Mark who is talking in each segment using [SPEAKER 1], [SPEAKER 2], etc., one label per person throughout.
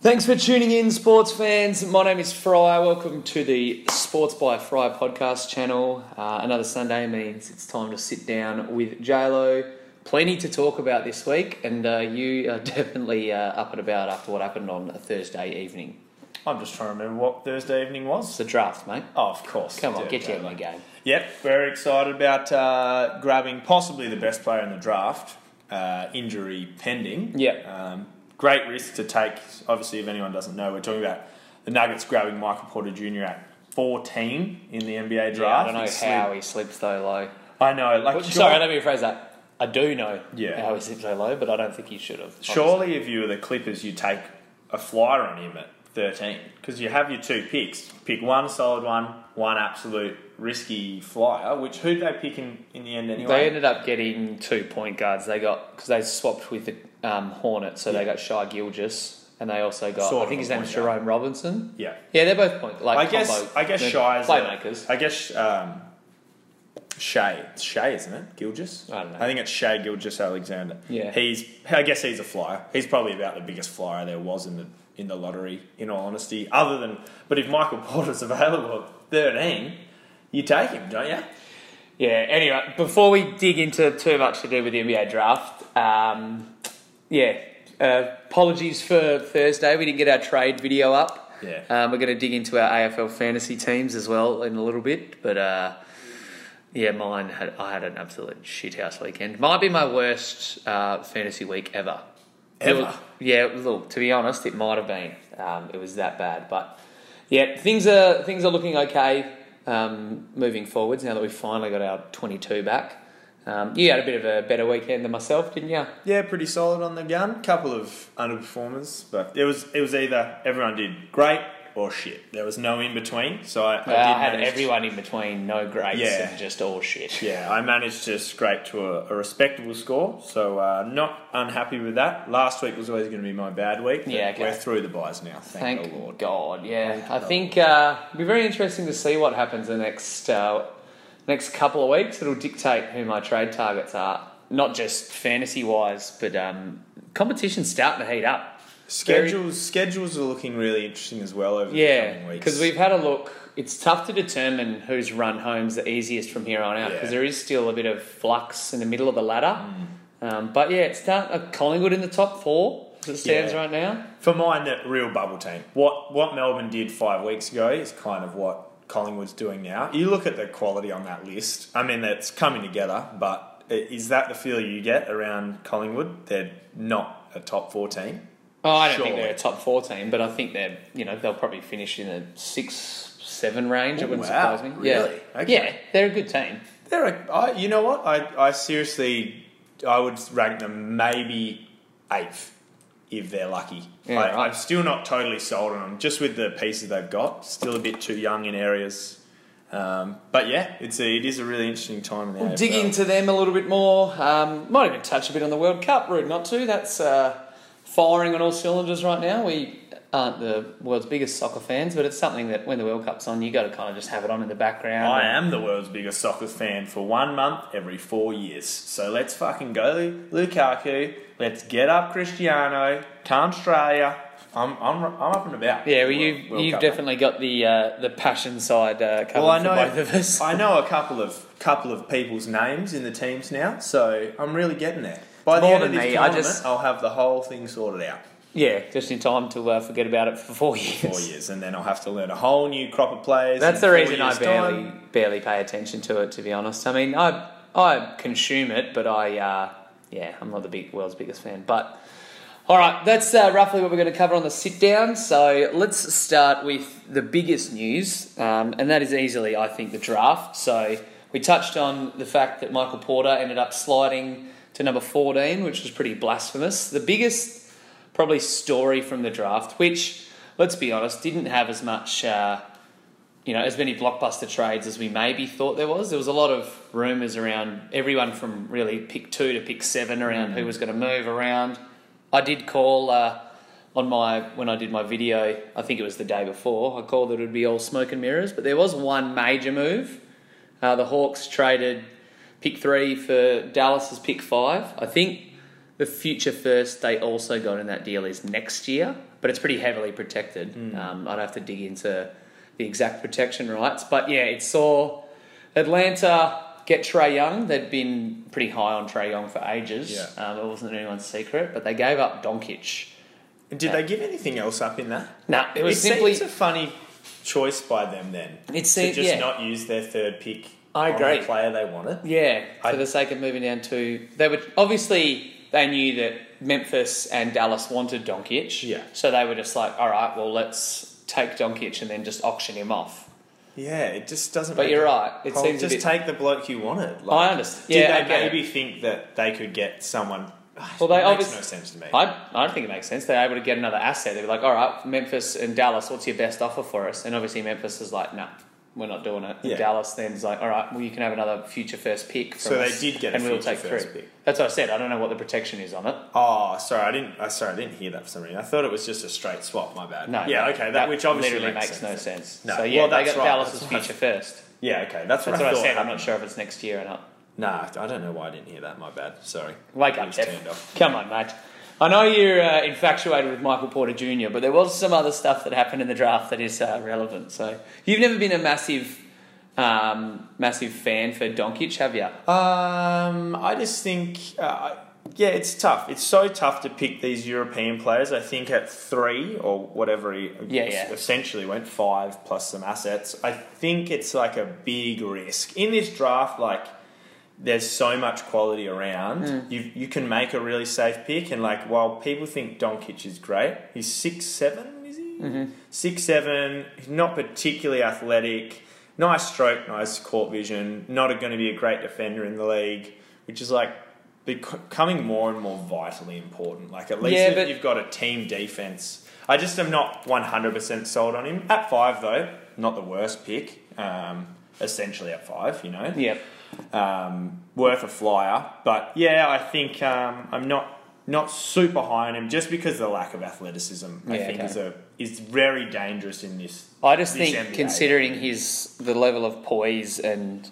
[SPEAKER 1] Thanks for tuning in, sports fans. My name is Fry. Welcome to the Sports by Fry podcast channel. Uh, another Sunday means it's time to sit down with JLo. Plenty to talk about this week, and uh, you are definitely uh, up and about after what happened on a Thursday evening.
[SPEAKER 2] I'm just trying to remember what Thursday evening
[SPEAKER 1] It's
[SPEAKER 2] was.
[SPEAKER 1] the draft, mate.
[SPEAKER 2] Oh, of course.
[SPEAKER 1] Come on,
[SPEAKER 2] Yeah,
[SPEAKER 1] get you out of
[SPEAKER 2] yeah.
[SPEAKER 1] my game.
[SPEAKER 2] Yep, very excited about uh, grabbing possibly the best player in the draft, uh, injury pending.
[SPEAKER 1] Yep.
[SPEAKER 2] Um, great risk to take. Obviously, if anyone doesn't know, we're talking about the Nuggets grabbing Michael Porter Jr. at 14 in the NBA draft.
[SPEAKER 1] Yeah, I don't
[SPEAKER 2] It's
[SPEAKER 1] know
[SPEAKER 2] slim.
[SPEAKER 1] how he slips so low.
[SPEAKER 2] I know. Like,
[SPEAKER 1] Well,
[SPEAKER 2] sure-
[SPEAKER 1] Sorry, let me rephrase that. I do know
[SPEAKER 2] Yeah.
[SPEAKER 1] how he slipped so low, but I don't think he should have.
[SPEAKER 2] surely if you were the Clippers, you take a flyer on him at 13 because you have your two picks. Pick one solid one, one absolute risky flyer. Which who they pick in, in the end anyway?
[SPEAKER 1] They ended up getting two point guards. They got because they swapped with the um, Hornets, so they got Shai Gilgis, and they also got I
[SPEAKER 2] Sort of
[SPEAKER 1] think his
[SPEAKER 2] a
[SPEAKER 1] name's
[SPEAKER 2] point guard.
[SPEAKER 1] Jerome Robinson.
[SPEAKER 2] yeah.
[SPEAKER 1] Yeah, they're both point like
[SPEAKER 2] I guess
[SPEAKER 1] combo-
[SPEAKER 2] I guess
[SPEAKER 1] they're
[SPEAKER 2] Shy is
[SPEAKER 1] playmakers.
[SPEAKER 2] A, I guess um, Shay. It's Shay, isn't it? Gilgis.
[SPEAKER 1] I don't know.
[SPEAKER 2] I think it's Shay Gilgis Alexander.
[SPEAKER 1] Yeah.
[SPEAKER 2] He's. I guess he's a flyer. He's probably about the biggest flyer there was in the in the lottery. In all honesty, other than but if Michael Porter's available at thirteen, you take him, don't you?
[SPEAKER 1] yeah. Anyway, before we dig into too much to do with the NBA draft, um, yeah. Uh, apologies for Thursday. We didn't get our trade video up.
[SPEAKER 2] Yeah.
[SPEAKER 1] Um, we're going to dig into our AFL fantasy teams as well in a little bit, but uh, yeah, mine had I had an absolute shithouse weekend. Might be my worst uh, fantasy week ever.
[SPEAKER 2] Ever?
[SPEAKER 1] It was- yeah. Look, to be honest, it might have been. Um, it was that bad, but yeah, things are things are looking okay um, moving forwards. Now that we've finally got our twenty two back, um, you had a bit of a better weekend than myself, didn't you?
[SPEAKER 2] Yeah, pretty solid on the gun. Couple of underperformers, but it was it was either everyone did great or shit. There was no in between. So I, I, did
[SPEAKER 1] I had
[SPEAKER 2] manage to-
[SPEAKER 1] everyone in between, no greats,
[SPEAKER 2] Yeah.
[SPEAKER 1] and just all shit.
[SPEAKER 2] Yeah, I managed to scrape to a, a respectable score, so uh, not unhappy with that. Last week was always going to be my bad week. but
[SPEAKER 1] Yeah, okay.
[SPEAKER 2] we're through the buys now. Thank,
[SPEAKER 1] Thank
[SPEAKER 2] the Lord.
[SPEAKER 1] God, yeah.
[SPEAKER 2] Thank
[SPEAKER 1] I
[SPEAKER 2] God.
[SPEAKER 1] think uh, it'll be very interesting to see what happens the next uh, next couple of weeks. It'll dictate who my trade targets are, not just fantasy wise, but um, competition's starting to heat up.
[SPEAKER 2] Schedules schedules are looking really interesting as well over the
[SPEAKER 1] Yeah,
[SPEAKER 2] coming weeks.
[SPEAKER 1] because we've had a look. It's tough to determine who's run home's the easiest from here on out
[SPEAKER 2] Yeah.
[SPEAKER 1] because there is still a bit of flux in the middle of the ladder.
[SPEAKER 2] Mm.
[SPEAKER 1] Um, but yeah, it's start uh, Collingwood in the top four as it stands
[SPEAKER 2] Yeah.
[SPEAKER 1] right now.
[SPEAKER 2] for mine the real bubble team. What what Melbourne did five weeks ago is kind of what Collingwood's doing now. You look at the quality on that list. I mean, that's coming together, but i- is that the feel you get around Collingwood? They're not a top four team.
[SPEAKER 1] Oh, I don't think
[SPEAKER 2] Surely.
[SPEAKER 1] they're a top four team, but I think they're you know they'll probably finish in the six seven range. it
[SPEAKER 2] Oh,
[SPEAKER 1] wouldn't
[SPEAKER 2] wow.
[SPEAKER 1] surprise me.
[SPEAKER 2] Really?
[SPEAKER 1] Yeah,
[SPEAKER 2] Okay.
[SPEAKER 1] yeah, they're a good team.
[SPEAKER 2] They're a, I, you know what? I, I seriously, I would rank them maybe eighth if they're lucky.
[SPEAKER 1] Yeah,
[SPEAKER 2] I,
[SPEAKER 1] right.
[SPEAKER 2] I'm still not totally sold on them, just with the pieces they've got. Still a bit too young in areas. Um, but yeah, it's a, it is a really interesting time in the AFL.
[SPEAKER 1] Dig into them a little bit more. Um, might even touch a bit on the World Cup. Rude not to. That's uh, firing on all cylinders right now. We aren't the world's biggest soccer fans, but it's something that when the World Cup's on, you got to kind of just have it on in the background.
[SPEAKER 2] I am the world's biggest soccer fan for one month every four years. So let's fucking go, Lukaku. Let's get up, Cristiano. Come, Australia. I'm, I'm, I'm up and about.
[SPEAKER 1] Yeah, well,
[SPEAKER 2] World-
[SPEAKER 1] you've,
[SPEAKER 2] World
[SPEAKER 1] you've
[SPEAKER 2] Cup.
[SPEAKER 1] definitely got the uh, the passion side uh, covered
[SPEAKER 2] Well, I know
[SPEAKER 1] for both of us.
[SPEAKER 2] I know a couple of couple of people's names in the teams now, so I'm really getting there. By the
[SPEAKER 1] More
[SPEAKER 2] end of
[SPEAKER 1] than
[SPEAKER 2] this
[SPEAKER 1] me, I
[SPEAKER 2] tournament,
[SPEAKER 1] just-
[SPEAKER 2] I'll have the whole thing sorted out.
[SPEAKER 1] yeah, just in time to uh, forget about it for four years.
[SPEAKER 2] Four years, and then I'll have to learn a whole new crop of players.
[SPEAKER 1] That's
[SPEAKER 2] in
[SPEAKER 1] the
[SPEAKER 2] four
[SPEAKER 1] reason I
[SPEAKER 2] years'
[SPEAKER 1] barely
[SPEAKER 2] time.
[SPEAKER 1] barely pay attention to it, to be honest. I mean, I I consume it, but I uh, yeah, I'm not the big world's biggest fan. But all right, that's uh, roughly what we're going to cover on the sit down. So let's start with the biggest news, um, and that is easily, I think, the draft. So we touched on the fact that Michael Porter ended up sliding to number 14, which was pretty blasphemous. The biggest probably story from the draft, which let's be honest, didn't have as much. Uh, you know, as many blockbuster trades as we maybe thought there was. There was a lot of rumours around everyone from really pick two to pick seven around who was going to move around. I did call uh, on my when I did my video. I think it was the day before. I called that it would be all smoke and mirrors, but there was one major move. Uh, the Hawks traded pick three for Dallas's pick five. I think the future first they also got in that deal is next year. but it's pretty heavily protected. Um, I'd have to dig into the exact protection rights, but yeah, it saw Atlanta get Trey Young. They'd been pretty high on Trey Young for ages.
[SPEAKER 2] Yeah.
[SPEAKER 1] Um, it wasn't anyone's secret, but they gave up Doncic.
[SPEAKER 2] And did they give anything else up in that?
[SPEAKER 1] Nah, it was
[SPEAKER 2] it
[SPEAKER 1] simply
[SPEAKER 2] seems a funny choice by them then.
[SPEAKER 1] It
[SPEAKER 2] to
[SPEAKER 1] seems-
[SPEAKER 2] just
[SPEAKER 1] yeah.
[SPEAKER 2] not use their third pick
[SPEAKER 1] I
[SPEAKER 2] on
[SPEAKER 1] agree.
[SPEAKER 2] the player they wanted.
[SPEAKER 1] Yeah, for
[SPEAKER 2] I-
[SPEAKER 1] the sake of moving down to they were obviously they knew that Memphis and Dallas wanted Doncic.
[SPEAKER 2] Yeah.
[SPEAKER 1] So they were just like, all right, well let's take Doncic and then just auction him off.
[SPEAKER 2] Yeah, it just doesn't.
[SPEAKER 1] But
[SPEAKER 2] make
[SPEAKER 1] you're
[SPEAKER 2] it-
[SPEAKER 1] right. It
[SPEAKER 2] Well,
[SPEAKER 1] seems a
[SPEAKER 2] just
[SPEAKER 1] bit-
[SPEAKER 2] take the bloke you wanted.
[SPEAKER 1] I understand.
[SPEAKER 2] Did
[SPEAKER 1] Yeah,
[SPEAKER 2] they
[SPEAKER 1] I get
[SPEAKER 2] maybe think that they could get someone?
[SPEAKER 1] Well,
[SPEAKER 2] Well,
[SPEAKER 1] they
[SPEAKER 2] that makes
[SPEAKER 1] obvious-
[SPEAKER 2] no sense to me.
[SPEAKER 1] I, I don't think it makes sense. They're able to get another asset. They'd be like, all right, Memphis and Dallas, what's your best offer for us? And obviously Memphis is like, nah, we're not doing it. And
[SPEAKER 2] Yeah.
[SPEAKER 1] Dallas then's like, all right, well you can have another future first pick. From
[SPEAKER 2] So they
[SPEAKER 1] us,
[SPEAKER 2] did get a
[SPEAKER 1] and we'll
[SPEAKER 2] future
[SPEAKER 1] take
[SPEAKER 2] first
[SPEAKER 1] three.
[SPEAKER 2] pick.
[SPEAKER 1] That's what I said. I don't know what the protection is on it.
[SPEAKER 2] Oh, sorry, I didn't. I sorry, I didn't hear that for some reason. I thought it was just a straight swap. My bad.
[SPEAKER 1] No.
[SPEAKER 2] Yeah.
[SPEAKER 1] no,
[SPEAKER 2] okay. That, which obviously
[SPEAKER 1] literally
[SPEAKER 2] makes,
[SPEAKER 1] makes,
[SPEAKER 2] sense.
[SPEAKER 1] no sense.
[SPEAKER 2] No,
[SPEAKER 1] So yeah,
[SPEAKER 2] well,
[SPEAKER 1] they
[SPEAKER 2] that's
[SPEAKER 1] got
[SPEAKER 2] right,
[SPEAKER 1] Dallas's
[SPEAKER 2] that's
[SPEAKER 1] future first.
[SPEAKER 2] Yeah. Okay. That's,
[SPEAKER 1] That's
[SPEAKER 2] what,
[SPEAKER 1] what I
[SPEAKER 2] thought.
[SPEAKER 1] said. I'm not sure if it's next year or not.
[SPEAKER 2] Nah, I don't know why I didn't hear that. My bad. Sorry.
[SPEAKER 1] Wake
[SPEAKER 2] It
[SPEAKER 1] up,
[SPEAKER 2] was
[SPEAKER 1] Jeff.
[SPEAKER 2] turned off.
[SPEAKER 1] Come on, mate. I know you're uh, infatuated with Michael Porter Jr., but there was some other stuff that happened in the draft that is uh, relevant. So you've never been a massive, um, massive fan for Doncic, have you?
[SPEAKER 2] Um, I just think, uh, yeah, it's tough. It's so tough to pick these European players. I think at three or whatever he
[SPEAKER 1] Yeah, yeah.
[SPEAKER 2] essentially went five plus some assets. I think it's like a big risk in this draft. Like, there's so much quality around.
[SPEAKER 1] Hmm.
[SPEAKER 2] You you can make a really safe pick, and like while people think Doncic is great, he's six seven, is he?
[SPEAKER 1] Mm-hmm.
[SPEAKER 2] Six seven. He's not particularly athletic. Nice stroke, nice court vision. Not going to be a great defender in the league, which is like becoming more and more vitally important. Like at least
[SPEAKER 1] Yeah,
[SPEAKER 2] if
[SPEAKER 1] but-
[SPEAKER 2] you've got a team defense. I just am not one hundred percent sold on him at five though. Not the worst pick. Um, essentially at five, you know
[SPEAKER 1] Yep.
[SPEAKER 2] um, worth a flyer. But yeah, I think um, I'm not not super high on him just because of the lack of athleticism. I
[SPEAKER 1] Yeah,
[SPEAKER 2] think
[SPEAKER 1] okay.
[SPEAKER 2] is a is very dangerous in this.
[SPEAKER 1] I just
[SPEAKER 2] this
[SPEAKER 1] think
[SPEAKER 2] NBA.
[SPEAKER 1] considering his the level of poise and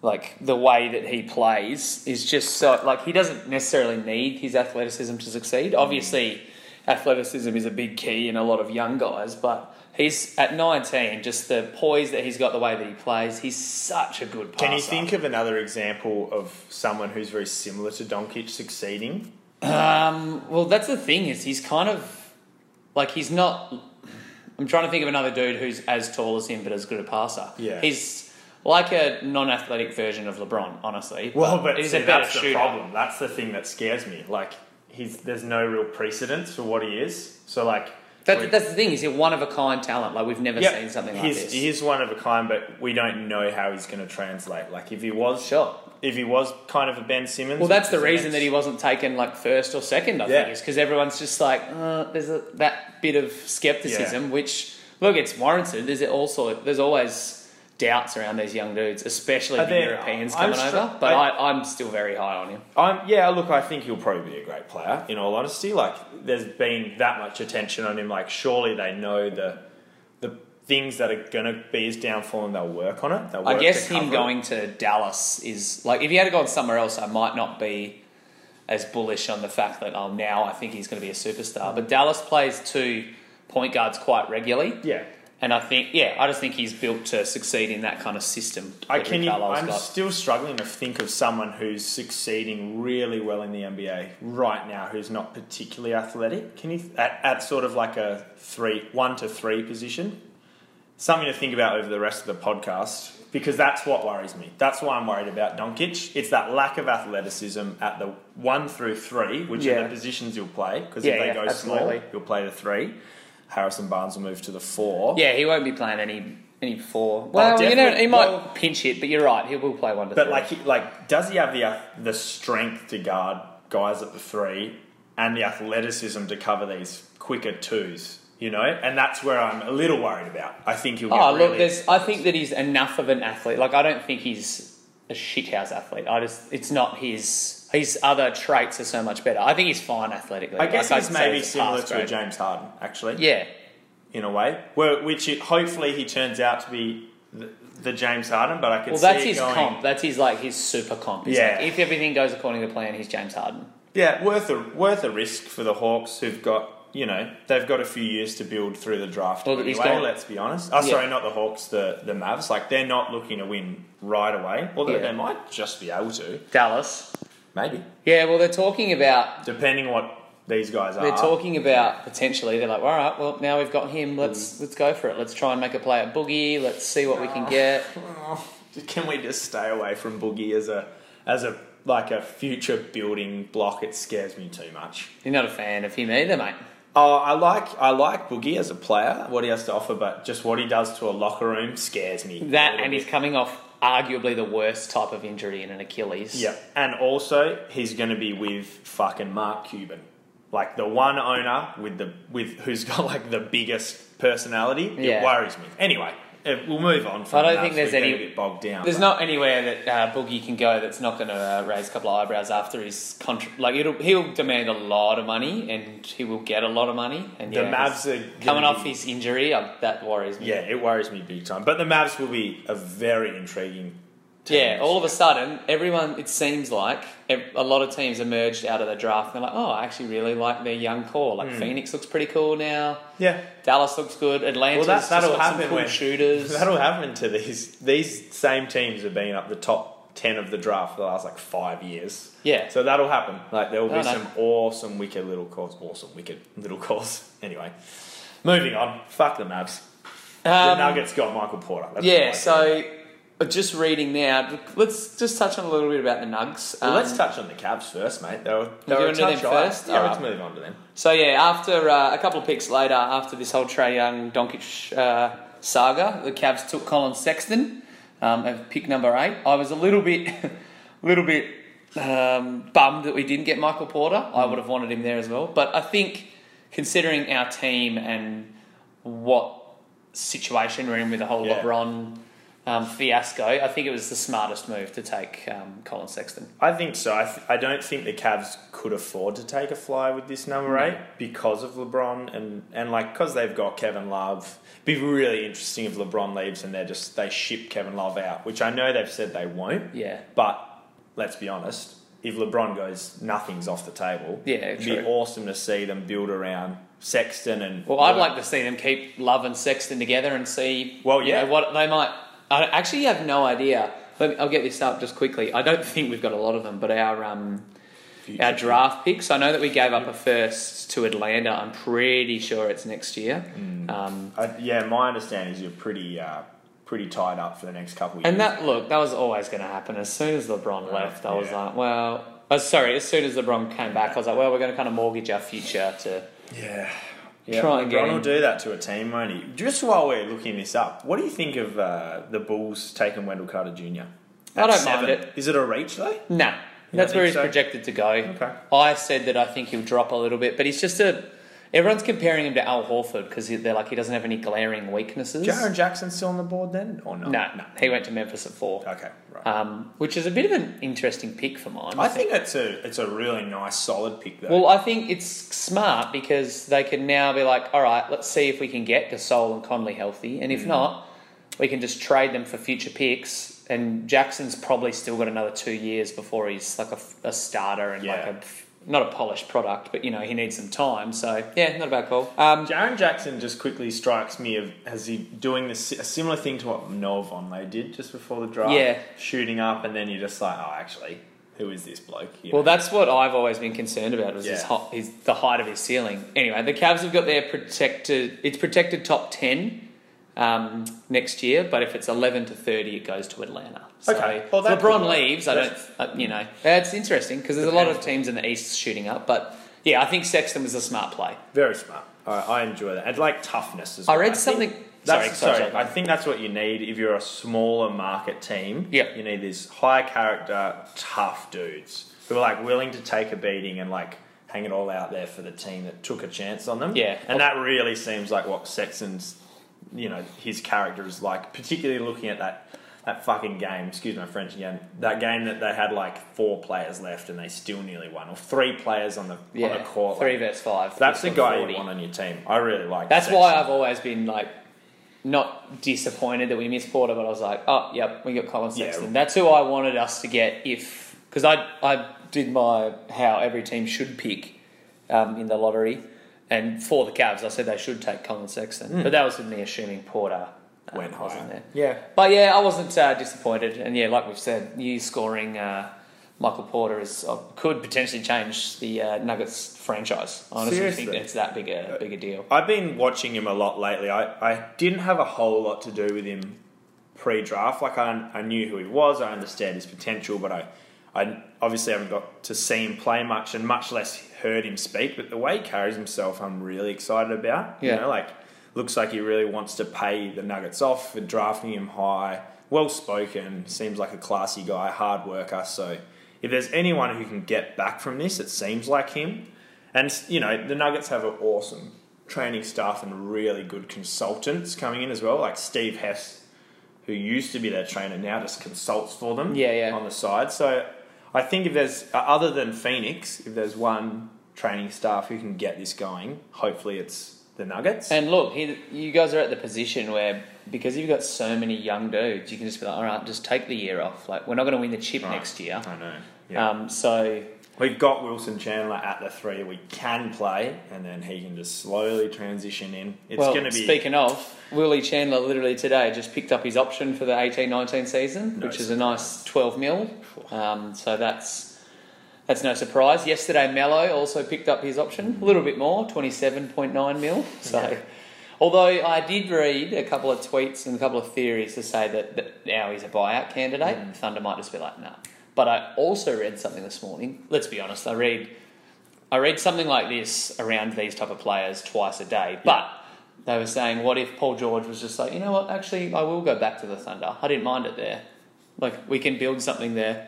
[SPEAKER 1] like the way that he plays is just so like he doesn't necessarily need his athleticism to
[SPEAKER 2] Mm.
[SPEAKER 1] succeed. Obviously, athleticism is a big key in a lot of young guys, but he's at 19 just the poise that he's got the way that he plays, he's such a good passer.
[SPEAKER 2] Can you think of another example of someone who's very similar to Doncic succeeding?
[SPEAKER 1] Um, well, that's the thing is he's kind of like he's not. I'm trying to think of another dude who's as tall as him but as good a passer.
[SPEAKER 2] Yeah.
[SPEAKER 1] he's like a non-athletic version of LeBron, honestly.
[SPEAKER 2] Well, but
[SPEAKER 1] he's
[SPEAKER 2] see,
[SPEAKER 1] a better
[SPEAKER 2] that's
[SPEAKER 1] shooter.
[SPEAKER 2] the problem. That's the thing that scares me. Like he's there's no real precedence for what he is. So like
[SPEAKER 1] That's,
[SPEAKER 2] we-
[SPEAKER 1] that's the thing is he's a one of a kind talent. Like we've never
[SPEAKER 2] Yep.
[SPEAKER 1] seen something like
[SPEAKER 2] he's,
[SPEAKER 1] this.
[SPEAKER 2] He's one of a kind, but we don't know how he's going to translate. Like if he was
[SPEAKER 1] Sure.
[SPEAKER 2] if he was kind of a Ben Simmons.
[SPEAKER 1] Well, that's
[SPEAKER 2] which
[SPEAKER 1] the
[SPEAKER 2] is
[SPEAKER 1] reason that
[SPEAKER 2] next-
[SPEAKER 1] he wasn't taken like first or second. I
[SPEAKER 2] Yeah.
[SPEAKER 1] think is because everyone's just like uh, there's a, that bit of skepticism,
[SPEAKER 2] Yeah.
[SPEAKER 1] which look, it's warranted. There's also there's always doubts around these young dudes, especially
[SPEAKER 2] Are
[SPEAKER 1] the
[SPEAKER 2] there-
[SPEAKER 1] Europeans
[SPEAKER 2] I'm
[SPEAKER 1] coming
[SPEAKER 2] str-
[SPEAKER 1] over. But
[SPEAKER 2] I-
[SPEAKER 1] I, I, am still very high on him.
[SPEAKER 2] Um, yeah, look, I think he'll probably be a great player. In all honesty, like there's been that much attention on him. Like surely they know the the things that are going to be his downfall, and they'll work on it. They'll
[SPEAKER 1] I
[SPEAKER 2] work
[SPEAKER 1] guess
[SPEAKER 2] to
[SPEAKER 1] him
[SPEAKER 2] cover it.
[SPEAKER 1] going to Dallas is like if he had gone somewhere else, I might not be as bullish on the fact that oh now I think he's going to be a
[SPEAKER 2] Hmm.
[SPEAKER 1] superstar. But Dallas plays two point guards quite regularly.
[SPEAKER 2] Yeah,
[SPEAKER 1] And I think, yeah, I just think he's built to succeed in that kind of system.
[SPEAKER 2] I
[SPEAKER 1] that
[SPEAKER 2] can.
[SPEAKER 1] Rick Carlisle's
[SPEAKER 2] I'm
[SPEAKER 1] got.
[SPEAKER 2] still struggling to think of someone who's succeeding really well in the NBA right now who's not particularly athletic. Can you at, at sort of like a three, one to three position? Something to think about over the rest of the podcast because that's what worries me. That's why I'm worried about Doncic. It's that lack of athleticism at the one through three, which
[SPEAKER 1] Yeah.
[SPEAKER 2] are the positions you'll play. Because
[SPEAKER 1] Yeah,
[SPEAKER 2] if they
[SPEAKER 1] yeah,
[SPEAKER 2] go
[SPEAKER 1] absolutely.
[SPEAKER 2] small, you'll play the three. Harrison Barnes will move to the four.
[SPEAKER 1] Yeah, he won't be playing any any four.
[SPEAKER 2] Well,
[SPEAKER 1] Well, you know,
[SPEAKER 2] Oh, definitely-
[SPEAKER 1] he might
[SPEAKER 2] well-
[SPEAKER 1] pinch hit, but you're right. He will play one to
[SPEAKER 2] But
[SPEAKER 1] three.
[SPEAKER 2] like, he, like, does he have the ath- the strength to guard guys at the three and the athleticism to cover these quicker twos? You know, and that's where I'm a little worried about. I think he'll. Get
[SPEAKER 1] oh,
[SPEAKER 2] really,
[SPEAKER 1] look, there's. I think that he's enough of an athlete. Like, I don't think he's a shithouse athlete. I just, it's not his. His other traits are so much better. I think he's fine athletically.
[SPEAKER 2] I guess
[SPEAKER 1] Like,
[SPEAKER 2] he's
[SPEAKER 1] I'd say
[SPEAKER 2] maybe
[SPEAKER 1] he's a
[SPEAKER 2] similar
[SPEAKER 1] pass
[SPEAKER 2] to a
[SPEAKER 1] grade.
[SPEAKER 2] James Harden, actually,
[SPEAKER 1] Yeah,
[SPEAKER 2] in a way, where which it, hopefully he turns out to be the, the James Harden. But I can
[SPEAKER 1] well,
[SPEAKER 2] see
[SPEAKER 1] that's
[SPEAKER 2] it
[SPEAKER 1] his
[SPEAKER 2] going,
[SPEAKER 1] comp. That's his like his super comp. He's
[SPEAKER 2] Yeah.
[SPEAKER 1] like, if everything goes according to plan, he's James Harden.
[SPEAKER 2] Yeah, worth a worth a risk for the Hawks, who've got you know, they've got a few years to build through the draft
[SPEAKER 1] Well,
[SPEAKER 2] anyway,
[SPEAKER 1] he's got-
[SPEAKER 2] let's be honest. Oh,
[SPEAKER 1] Yeah.
[SPEAKER 2] sorry, not the Hawks, the, the Mavs. Like, they're not looking to win right away, although
[SPEAKER 1] Yeah.
[SPEAKER 2] they might just be able to.
[SPEAKER 1] Dallas.
[SPEAKER 2] Maybe.
[SPEAKER 1] Yeah, well, they're talking about
[SPEAKER 2] Depending what these guys are.
[SPEAKER 1] they're talking about potentially. They're like, well, all right, well, now we've got him. Let's
[SPEAKER 2] Hmm.
[SPEAKER 1] let's go for it. Let's try and make a play at Boogie. Let's see what we
[SPEAKER 2] Ah.
[SPEAKER 1] can get.
[SPEAKER 2] Oh, can we just stay away from Boogie as a, as a, like a future building block? It scares me too much.
[SPEAKER 1] You're not a fan of him either, mate.
[SPEAKER 2] Oh, I like I like Boogie as a player, what he has to offer, but just what he does to a locker room scares me.
[SPEAKER 1] That
[SPEAKER 2] a little
[SPEAKER 1] and
[SPEAKER 2] bit.
[SPEAKER 1] he's coming off arguably the worst type of injury in an Achilles.
[SPEAKER 2] Yeah, and also he's going to be with fucking Mark Cuban, like the one owner with the with who's got like the biggest personality.
[SPEAKER 1] Yeah.
[SPEAKER 2] It worries me. Anyway, eh, we'll move on. From
[SPEAKER 1] I don't
[SPEAKER 2] that,
[SPEAKER 1] think
[SPEAKER 2] so
[SPEAKER 1] there's
[SPEAKER 2] we're getting
[SPEAKER 1] any-
[SPEAKER 2] a bit bogged down.
[SPEAKER 1] There's
[SPEAKER 2] but-
[SPEAKER 1] not anywhere that uh, Boogie can go that's not going to uh, raise a couple of eyebrows after his contract. Like it'll, he'll demand a lot of money, and he will get a lot of money. And
[SPEAKER 2] The
[SPEAKER 1] yeah,
[SPEAKER 2] Mavs
[SPEAKER 1] he's-
[SPEAKER 2] are gonna
[SPEAKER 1] coming off
[SPEAKER 2] be-
[SPEAKER 1] his injury. Um, that worries me.
[SPEAKER 2] Yeah, it worries me big time. But the Mavs will be a very intriguing. Team.
[SPEAKER 1] Yeah, all of a sudden, everyone, it seems like ev- a lot of teams emerged out of the draft. And they're like, oh, I actually really like their young core.
[SPEAKER 2] Hmm.
[SPEAKER 1] Like, Phoenix looks pretty cool now.
[SPEAKER 2] yeah.
[SPEAKER 1] Dallas looks good. Atlanta's
[SPEAKER 2] Well, that-
[SPEAKER 1] just
[SPEAKER 2] that'll
[SPEAKER 1] got some
[SPEAKER 2] happen
[SPEAKER 1] cool
[SPEAKER 2] when-
[SPEAKER 1] shooters.
[SPEAKER 2] That'll happen to these these same teams have been up the top ten of the draft for the last like five years.
[SPEAKER 1] Yeah.
[SPEAKER 2] So that'll happen. Like there will be
[SPEAKER 1] I know.
[SPEAKER 2] some awesome wicked little calls. Awesome wicked little calls. Anyway. Moving on. Fuck the Mavs. the
[SPEAKER 1] Um,
[SPEAKER 2] Nuggets got Michael Porter. That's all I
[SPEAKER 1] yeah,
[SPEAKER 2] care.
[SPEAKER 1] so uh, just reading now, let's just touch on a little bit about the Nugs.
[SPEAKER 2] Well, let's
[SPEAKER 1] Um,
[SPEAKER 2] touch on the Cavs first, mate. They were,
[SPEAKER 1] You
[SPEAKER 2] they were a
[SPEAKER 1] wanna do them
[SPEAKER 2] touch high.
[SPEAKER 1] first? Ah.
[SPEAKER 2] Yeah,
[SPEAKER 1] All
[SPEAKER 2] let's
[SPEAKER 1] right.
[SPEAKER 2] move on to them.
[SPEAKER 1] So yeah, after uh, a couple of picks later, after this whole Trey Young Doncic uh, saga, the Cavs took Colin Sexton um, at pick number eight. I was a little bit, little bit um, bummed that we didn't get Michael Porter. I would have wanted him there as well. But I think considering our team and what situation we're in with the whole
[SPEAKER 2] Yeah.
[SPEAKER 1] LeBron um, fiasco, I think it was the smartest move to take um, Colin Sexton.
[SPEAKER 2] I think so. I, th- I don't think the Cavs could afford to take a flyer with this number eight because of LeBron and, and like because they've got Kevin Love. Be really interesting if LeBron leaves and they are just they ship Kevin Love out, which I know they've said they won't.
[SPEAKER 1] Yeah.
[SPEAKER 2] But let's be honest, if LeBron goes, nothing's off the table.
[SPEAKER 1] Yeah,
[SPEAKER 2] it'd be
[SPEAKER 1] true.
[SPEAKER 2] awesome to see them build around Sexton and.
[SPEAKER 1] Well, I'd like to see them keep Love and Sexton together and see.
[SPEAKER 2] Well,
[SPEAKER 1] you
[SPEAKER 2] yeah.
[SPEAKER 1] know, what they might. I actually have no idea. Let me, I'll get this up just quickly. I don't think we've got a lot of them, but our um, our draft picks. I know that we gave up a first to Atlanta. I'm pretty sure it's next year.
[SPEAKER 2] Mm.
[SPEAKER 1] Um,
[SPEAKER 2] I, Uh, yeah, my understanding is you're pretty uh, pretty tied up for the next couple. of
[SPEAKER 1] and
[SPEAKER 2] years.
[SPEAKER 1] that look, that was always going to happen. As soon as LeBron left, I was
[SPEAKER 2] yeah.
[SPEAKER 1] like, well. Oh, sorry, as soon as LeBron came back, I was like, well, we're going to kind of mortgage our future to.
[SPEAKER 2] Yeah. Yeah,
[SPEAKER 1] Try and get
[SPEAKER 2] LeBron will
[SPEAKER 1] him.
[SPEAKER 2] do that to a team, won't he? Just while we're looking this up, what do you think of uh, the Bulls taking Wendell Carter Jr.?
[SPEAKER 1] I
[SPEAKER 2] At
[SPEAKER 1] don't mind it.
[SPEAKER 2] Is it a reach though?
[SPEAKER 1] Nah, that's
[SPEAKER 2] think
[SPEAKER 1] where he's
[SPEAKER 2] so?
[SPEAKER 1] projected to go.
[SPEAKER 2] Okay.
[SPEAKER 1] I said that I think he'll drop a little bit, but he's just a. Everyone's comparing him to Al Horford because they're like he doesn't have any glaring weaknesses.
[SPEAKER 2] Jaron Jackson still on the board then, or not?
[SPEAKER 1] no, no, he went to Memphis at four,
[SPEAKER 2] Okay, right.
[SPEAKER 1] um, which is a bit of an interesting pick for mine.
[SPEAKER 2] I think it's a it's a really nice, solid pick though.
[SPEAKER 1] Well, I think it's smart because they can now be like, all right, let's see if we can get Gasol and Conley healthy, and if not, we can just trade them for future picks. And Jackson's probably still got another two years before he's like a, a starter and
[SPEAKER 2] Yeah.
[SPEAKER 1] like a not a polished product, but you know he needs some time. So yeah, not a bad call. Um,
[SPEAKER 2] Jaron Jackson just quickly strikes me of as he doing this a similar thing to what Noah Vonleh did just before the draft.
[SPEAKER 1] Yeah.
[SPEAKER 2] shooting up, and then you're just like, oh, actually, who is this bloke? You
[SPEAKER 1] Well,
[SPEAKER 2] know?
[SPEAKER 1] that's what I've always been concerned about was his,
[SPEAKER 2] Yeah.
[SPEAKER 1] hot, his the height of his ceiling. Anyway, the Cavs have got their protected. It's protected top ten um, next year, but if it's eleven to thirty, it goes to Atlanta. So
[SPEAKER 2] Okay.
[SPEAKER 1] if
[SPEAKER 2] Well, that could
[SPEAKER 1] LeBron
[SPEAKER 2] work.
[SPEAKER 1] leaves. I don't.
[SPEAKER 2] That's-
[SPEAKER 1] Uh, you know, that's interesting because there's a lot of teams in the East shooting up, but yeah, I think Sexton was a smart play.
[SPEAKER 2] Very smart. I, I enjoy that. And like toughness as
[SPEAKER 1] I
[SPEAKER 2] well.
[SPEAKER 1] read
[SPEAKER 2] think
[SPEAKER 1] something-
[SPEAKER 2] That's,
[SPEAKER 1] sorry,
[SPEAKER 2] sorry,
[SPEAKER 1] sorry, sorry.
[SPEAKER 2] I think that's what you need if you're a smaller market team.
[SPEAKER 1] Yeah.
[SPEAKER 2] You need these high character, tough dudes who are like willing to take a beating and like hang it all out there for the team that took a chance on them.
[SPEAKER 1] Yeah.
[SPEAKER 2] And that really seems like what Sexton's, you know, his character is like, particularly looking at that. That fucking game, excuse my French again. That game that they had like four players left and they still nearly won, or three players on the
[SPEAKER 1] Yeah,
[SPEAKER 2] on the court.
[SPEAKER 1] three
[SPEAKER 2] like,
[SPEAKER 1] versus five.
[SPEAKER 2] that's the
[SPEAKER 1] fifth
[SPEAKER 2] guy
[SPEAKER 1] on
[SPEAKER 2] you
[SPEAKER 1] 40.
[SPEAKER 2] want on your team. I really like.
[SPEAKER 1] That's
[SPEAKER 2] Sexton.
[SPEAKER 1] why I've always been like not disappointed that we missed Porter, but I was like, oh, yep, we got Colin
[SPEAKER 2] Yeah.
[SPEAKER 1] Sexton. That's who I wanted us to get if because I I did my how every team should pick um, in the lottery, And for the Cavs, I said they should take Colin Sexton, but that was with me assuming Porter uh,
[SPEAKER 2] Hmm. Went
[SPEAKER 1] wasn't
[SPEAKER 2] higher.
[SPEAKER 1] there.
[SPEAKER 2] Yeah.
[SPEAKER 1] But yeah, I wasn't uh, disappointed, and yeah, like we've said, you scoring uh, Michael Porter is uh, could potentially change the uh, Nuggets franchise. I honestly think
[SPEAKER 2] Seriously. Uh,
[SPEAKER 1] it's that big a big a deal.
[SPEAKER 2] I've been watching him a lot lately. I, I didn't have a whole lot to do with him pre draft. Like, I, I knew who he was, I understand his potential, but I, I obviously haven't got to see him play much and much less heard him speak. But the way he carries himself, I'm really excited about.
[SPEAKER 1] Yeah.
[SPEAKER 2] You know, like, looks like he really wants to pay the Nuggets off for drafting him high. Well spoken, seems like a classy guy, hard worker. So, if there's anyone who can get back from this, it seems like him. And you know, the Nuggets have an awesome training staff and really good consultants coming in as well, like Steve Hess, who used to be their trainer, now just consults for them.
[SPEAKER 1] Yeah, yeah.
[SPEAKER 2] On the side, so I think if there's uh, other than Phoenix, if there's one training staff who can get this going, hopefully it's the Nuggets.
[SPEAKER 1] And look, he, you guys are at the position where because you've got so many young dudes, you can just be like, all right, just take the year off. Like we're not going to win the chip
[SPEAKER 2] Right.
[SPEAKER 1] next year.
[SPEAKER 2] I know. Yeah.
[SPEAKER 1] Um, so
[SPEAKER 2] We've got Wilson Chandler at the three. We can play, and then he can just slowly transition in. It's
[SPEAKER 1] well,
[SPEAKER 2] going to be
[SPEAKER 1] speaking of, Willie Chandler literally today just picked up his option for the 18-19 season,
[SPEAKER 2] No
[SPEAKER 1] which is a nice 12 mil. Um, so that's that's no surprise. Yesterday, Mello also picked up his option, a little bit more, 27.9 mil. So, although I did read a couple of tweets and a couple of theories to say that, that now he's a buyout candidate,
[SPEAKER 2] Mm.
[SPEAKER 1] Thunder might just be like, nah. But I also read something this morning. Let's be honest, I read I read something like this around these type of players twice a day, but they were saying, what if Paul George was just like, you know what, actually, I will go back to the Thunder. I didn't mind it there. Like, we can build something there.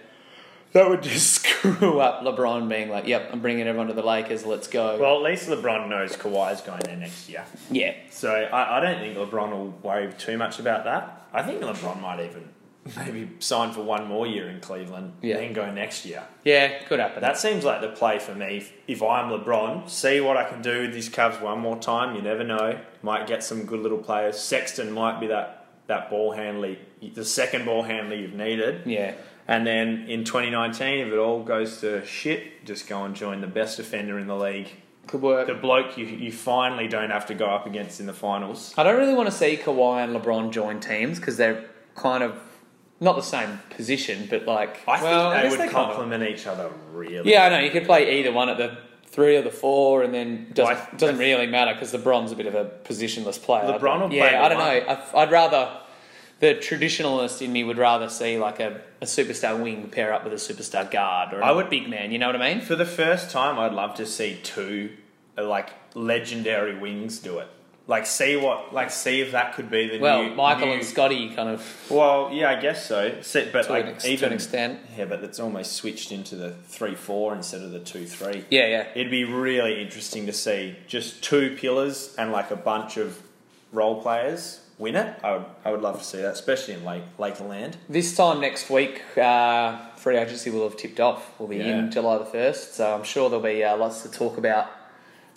[SPEAKER 2] that would just
[SPEAKER 1] Screw up LeBron being like, yep, I'm bringing everyone to the Lakers, let's go.
[SPEAKER 2] Well, at least LeBron knows Kawhi's going there next year.
[SPEAKER 1] yeah.
[SPEAKER 2] So I, I don't think LeBron will worry too much about that. I think LeBron might even maybe sign for one more year in Cleveland
[SPEAKER 1] Yeah.
[SPEAKER 2] and then go next year.
[SPEAKER 1] Yeah, could happen.
[SPEAKER 2] That seems like the play for me. If, if I'm LeBron, see what I can do with these Cavs one more time. You never know. Might get some good little players. Sexton might be that, that ball handler, the second ball handler you've needed.
[SPEAKER 1] yeah.
[SPEAKER 2] And then in 2019, if it all goes to shit, just go and join the best defender in the league
[SPEAKER 1] Could work.
[SPEAKER 2] the bloke you, you finally don't have to go up against in the finals.
[SPEAKER 1] I don't really want to see Kawhi and LeBron join teams because they're kind of not the same position, but like,
[SPEAKER 2] I
[SPEAKER 1] well, I guess
[SPEAKER 2] think they
[SPEAKER 1] they
[SPEAKER 2] would
[SPEAKER 1] kind of-
[SPEAKER 2] complement each other really.
[SPEAKER 1] Yeah, I know. You could play either one at the three or the four, and then doesn't,
[SPEAKER 2] Why-
[SPEAKER 1] doesn't really matter because LeBron's a bit of a positionless player.
[SPEAKER 2] LeBron
[SPEAKER 1] but-
[SPEAKER 2] will play
[SPEAKER 1] yeah, I
[SPEAKER 2] the
[SPEAKER 1] don't know. I, I'd rather the traditionalist in me would rather see like a, a superstar wing pair up with a superstar guard or a
[SPEAKER 2] I would-
[SPEAKER 1] big man. You know what I mean?
[SPEAKER 2] For the first time, I'd love to see two uh, like legendary wings do it. Like see what, like see if that could be the
[SPEAKER 1] Well,
[SPEAKER 2] new.
[SPEAKER 1] Michael
[SPEAKER 2] new-
[SPEAKER 1] and Scotty kind of
[SPEAKER 2] Well, yeah, I guess so. See, but
[SPEAKER 1] to,
[SPEAKER 2] like
[SPEAKER 1] an, ex- to
[SPEAKER 2] even
[SPEAKER 1] an extent.
[SPEAKER 2] yeah, but it's almost switched into the three four instead of the two three.
[SPEAKER 1] Yeah, yeah.
[SPEAKER 2] It'd be really interesting to see just two pillars and like a bunch of role players win it. I would, I would love to see that, especially in Lake Lakeland.
[SPEAKER 1] This time next week, uh, free agency will have tipped off. We'll be
[SPEAKER 2] Yeah.
[SPEAKER 1] in July the 1st, so I'm sure there'll be uh, lots to talk about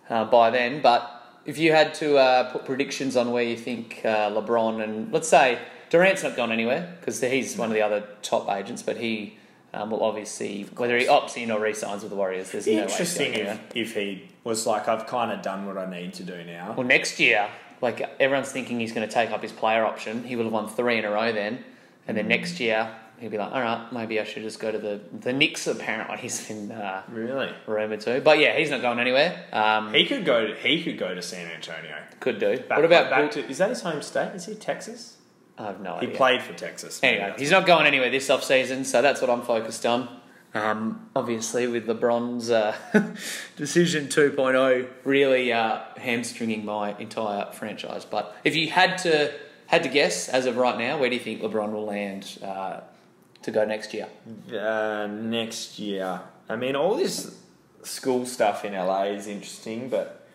[SPEAKER 1] uh, by then. But if you had to uh, put predictions on where you think uh, LeBron and let's say Durant's not gone anywhere because he's one of the other top agents, but he um, will obviously, whether he opts in or resigns with the Warriors, there's no way he's
[SPEAKER 2] interesting
[SPEAKER 1] going
[SPEAKER 2] if,
[SPEAKER 1] anywhere.
[SPEAKER 2] if he was like, I've kind of done what I need to do now.
[SPEAKER 1] Well, next year, like everyone's thinking he's going to take up his player option. He will have won three in a row then, and
[SPEAKER 2] Mm.
[SPEAKER 1] then next year he'll be like, all right, maybe I should just go to the the Knicks. Apparently, he's been uh,
[SPEAKER 2] Really?
[SPEAKER 1] rumored to, but yeah, he's not going anywhere. Um,
[SPEAKER 2] He could go. He could go to San Antonio.
[SPEAKER 1] could do.
[SPEAKER 2] Back-
[SPEAKER 1] what about?
[SPEAKER 2] back
[SPEAKER 1] Bull-
[SPEAKER 2] to? Is that his home state? Is he Texas?
[SPEAKER 1] I have no
[SPEAKER 2] He
[SPEAKER 1] idea.
[SPEAKER 2] played for Texas.
[SPEAKER 1] Anyway, he's not going anywhere this off season, so that's what I'm focused on. Um, obviously, with LeBron's uh, decision 2.0 really uh, hamstringing my entire franchise. But if you had to had to guess as of right now, where do you think LeBron will land uh, to go next year?
[SPEAKER 2] uh, next year. I mean, all this school stuff in LA is interesting, but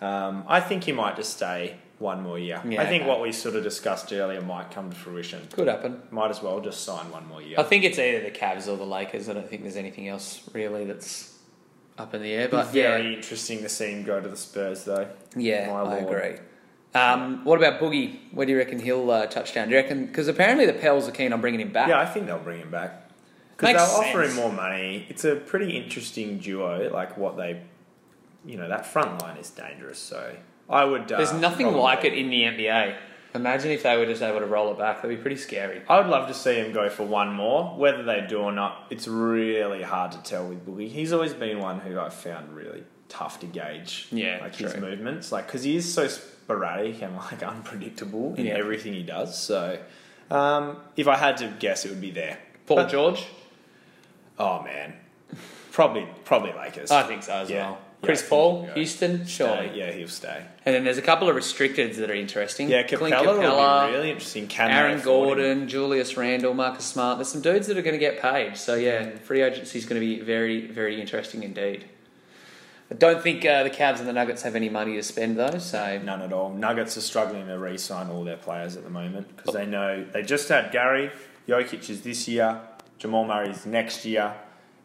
[SPEAKER 2] um, I think he might just stay one more year.
[SPEAKER 1] Yeah,
[SPEAKER 2] I think
[SPEAKER 1] okay.
[SPEAKER 2] what we sort of discussed earlier might come to fruition.
[SPEAKER 1] Could happen.
[SPEAKER 2] Might as well just sign one more year.
[SPEAKER 1] I think it's either the Cavs or the Lakers. I don't think there's anything else really that's up in the air. But yeah,
[SPEAKER 2] Very interesting to see him go to the Spurs, though.
[SPEAKER 1] Yeah,
[SPEAKER 2] My
[SPEAKER 1] I
[SPEAKER 2] lord.
[SPEAKER 1] agree. Um, what about Boogie? Where do you reckon he'll uh, touch down? Do you reckon? Because apparently the Pels are keen on bringing him back.
[SPEAKER 2] Yeah, I think they'll bring him back because
[SPEAKER 1] Makes
[SPEAKER 2] they'll offer
[SPEAKER 1] sense.
[SPEAKER 2] him more money. It's a pretty interesting duo, like what they you know that front line is dangerous. So I would. Uh,
[SPEAKER 1] There's nothing
[SPEAKER 2] probably-
[SPEAKER 1] like it in the NBA. Imagine if they were just able to roll it back. That'd be pretty scary.
[SPEAKER 2] I would love to see him go for one more. Whether they do or not, it's really hard to tell with Boogie. He's always been one who I found really tough to gauge.
[SPEAKER 1] Yeah,
[SPEAKER 2] like his
[SPEAKER 1] true.
[SPEAKER 2] movements, like because he is so sporadic and like unpredictable in
[SPEAKER 1] Yeah.
[SPEAKER 2] everything he does. So, um, if I had to guess, it would be there.
[SPEAKER 1] Paul
[SPEAKER 2] But-
[SPEAKER 1] George?
[SPEAKER 2] Oh man, probably probably Lakers.
[SPEAKER 1] I think so as
[SPEAKER 2] Yeah.
[SPEAKER 1] well.
[SPEAKER 2] Yeah, I
[SPEAKER 1] Chris
[SPEAKER 2] think
[SPEAKER 1] Paul,
[SPEAKER 2] he'll go.
[SPEAKER 1] Houston, surely.
[SPEAKER 2] Stay. Yeah, he'll stay.
[SPEAKER 1] And then there's a couple of restricteds that are interesting.
[SPEAKER 2] Yeah,
[SPEAKER 1] Clint
[SPEAKER 2] Capella, will be really interesting. Can they
[SPEAKER 1] Aaron
[SPEAKER 2] afford him?
[SPEAKER 1] Gordon, Julius Randle, Marcus Smart. There's some dudes that are going to get paid. So yeah, free agency is going to be very, very interesting indeed. I don't think uh, the Cavs and the Nuggets have any money to spend though. So
[SPEAKER 2] None at all. Nuggets are struggling to re-sign all their players at the moment because they know they just had Gary Jokic is this year, Jamal Murray's next year,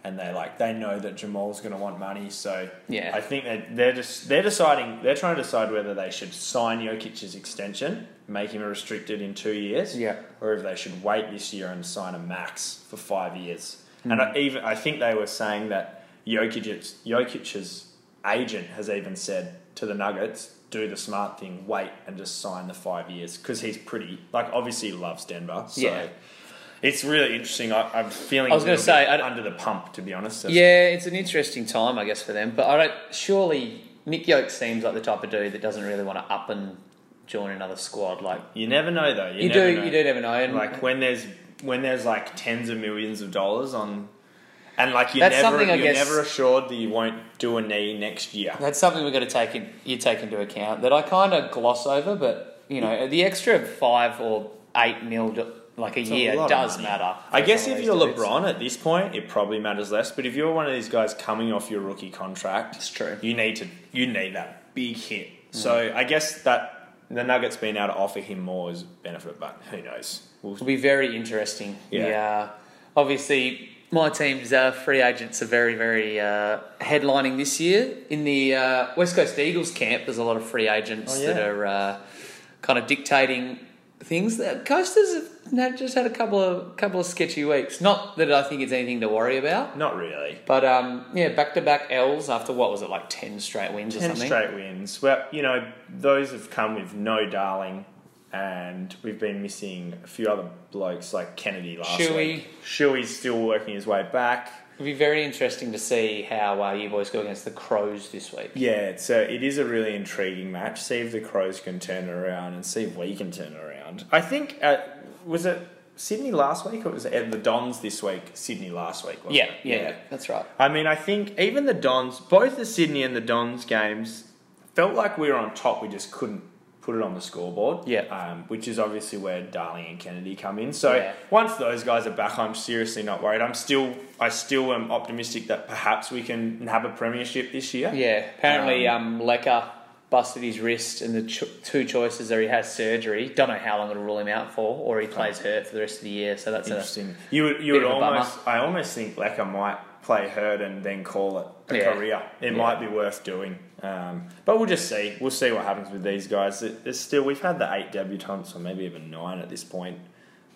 [SPEAKER 2] and they like they know that Jamal's going to want money. So
[SPEAKER 1] Yeah.
[SPEAKER 2] I think that they're just they're deciding they're trying to decide whether they should sign Jokic's extension, make him restricted in two years,
[SPEAKER 1] Yeah.
[SPEAKER 2] or if they should wait this year and sign a max for five years.
[SPEAKER 1] Hmm.
[SPEAKER 2] And I, even I think they were saying that Jokic's, Jokic's agent has even said to the Nuggets, "Do the smart thing, wait and just sign the five years because he's pretty like obviously he loves Denver." So
[SPEAKER 1] Yeah.
[SPEAKER 2] it's really interesting. I, I'm feeling
[SPEAKER 1] I was
[SPEAKER 2] a
[SPEAKER 1] gonna
[SPEAKER 2] little
[SPEAKER 1] say,
[SPEAKER 2] bit
[SPEAKER 1] I d-
[SPEAKER 2] under the pump to be honest.
[SPEAKER 1] yeah, it's an interesting time I guess for them. But I don't. Surely Nick Yoke seems like the type of dude that doesn't really want to up and join another squad. Like
[SPEAKER 2] You never know though. You,
[SPEAKER 1] you,
[SPEAKER 2] never
[SPEAKER 1] do,
[SPEAKER 2] know.
[SPEAKER 1] you do never know. And
[SPEAKER 2] like when there's when there's like tens of millions of dollars on and like you're
[SPEAKER 1] That's
[SPEAKER 2] never
[SPEAKER 1] something I
[SPEAKER 2] you're
[SPEAKER 1] guess-
[SPEAKER 2] never assured that you won't do a knee next year.
[SPEAKER 1] That's something we've got to take in, you take into account that I kind of gloss over, but you know the extra five or eight mil d- like a
[SPEAKER 2] It's a
[SPEAKER 1] year
[SPEAKER 2] lot of
[SPEAKER 1] does
[SPEAKER 2] money.
[SPEAKER 1] matter.
[SPEAKER 2] I guess if you're
[SPEAKER 1] It's-
[SPEAKER 2] LeBron at this point, it probably matters less. But if you're one of these guys coming off your rookie contract,
[SPEAKER 1] It's true.
[SPEAKER 2] You need to you need that big hit. So I guess that the Nuggets being able to offer him more is a benefit, but who knows? We'll,
[SPEAKER 1] it'll be very interesting.
[SPEAKER 2] Yeah.
[SPEAKER 1] The, uh, obviously, my team's uh, free agents are very, very uh, headlining this year. In the uh, West Coast Eagles camp, there's a lot of free agents
[SPEAKER 2] Oh, yeah.
[SPEAKER 1] that are uh, kind of dictating things. The Coasters have had- just had a couple of couple of sketchy weeks. Not that I think it's anything to worry about.
[SPEAKER 2] not really.
[SPEAKER 1] But um, yeah, back to back L's after what was it like ten straight wins or
[SPEAKER 2] Ten
[SPEAKER 1] something?
[SPEAKER 2] straight wins. Well, you know, those have come with no darling, and we've been missing a few other blokes like Kennedy last
[SPEAKER 1] Shuey.
[SPEAKER 2] week. Shuey's still working his way back.
[SPEAKER 1] It'll be very interesting to see how uh, you boys go against the Crows this week.
[SPEAKER 2] Yeah, so it is a really intriguing match. See if the Crows can turn it around, and see if we can turn it around. I think uh was it Sydney last week, or was it the Dons this week? Sydney last week. Wasn't
[SPEAKER 1] Yeah,
[SPEAKER 2] it?
[SPEAKER 1] yeah, that's right.
[SPEAKER 2] I mean, I think even the Dons, both the Sydney and the Dons games, felt like we were on top. We just couldn't put it on the scoreboard.
[SPEAKER 1] Yeah.
[SPEAKER 2] Um, which is obviously where Darling and Kennedy come in. So
[SPEAKER 1] Yeah.
[SPEAKER 2] once those guys are back, I'm seriously not worried. I'm still, I still am optimistic that perhaps we can have a premiership this year.
[SPEAKER 1] Yeah, apparently um, Lecker busted his wrist, and the cho- two choices are he has surgery. Don't know how long it'll rule him out for, or he plays hurt for the rest of the year. So that's a,
[SPEAKER 2] Interesting. You would, you
[SPEAKER 1] Bit
[SPEAKER 2] would
[SPEAKER 1] of a bummer.
[SPEAKER 2] almost, I almost think Lecker might play hurt and then call it a
[SPEAKER 1] Yeah.
[SPEAKER 2] career. It
[SPEAKER 1] Yeah.
[SPEAKER 2] might be worth doing. Um, but we'll just see. We'll see what happens with these guys. It- It's still, we've had the eight debutants or maybe even nine at this point.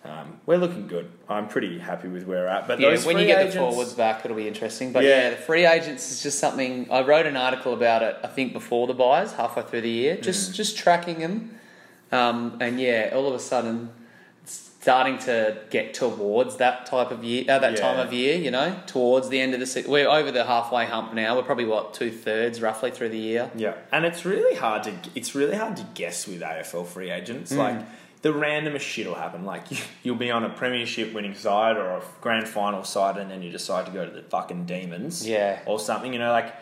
[SPEAKER 2] Um, we're looking good. I'm pretty happy with where we're at. But
[SPEAKER 1] yeah.
[SPEAKER 2] those
[SPEAKER 1] When you
[SPEAKER 2] free
[SPEAKER 1] get the
[SPEAKER 2] agents-
[SPEAKER 1] forwards back, it'll be interesting. But yeah.
[SPEAKER 2] Yeah.
[SPEAKER 1] the free agents is just something. I wrote an article about it. I think before the buys, halfway through the
[SPEAKER 2] Mm.
[SPEAKER 1] year, just just tracking them. Um, and yeah, all of a sudden, it's starting to get towards that type of year, uh, that
[SPEAKER 2] Yeah.
[SPEAKER 1] time of year. You know, towards the end of the se- we're over the halfway hump now. We're probably what two thirds roughly through the year.
[SPEAKER 2] Yeah, and it's really hard to it's really hard to guess with AFL free agents.
[SPEAKER 1] Mm.
[SPEAKER 2] Like the randomest shit will happen. Like you, you'll be on a premiership winning side or a grand final side, and then you decide to go to the fucking demons.
[SPEAKER 1] Yeah.
[SPEAKER 2] or something. You know, like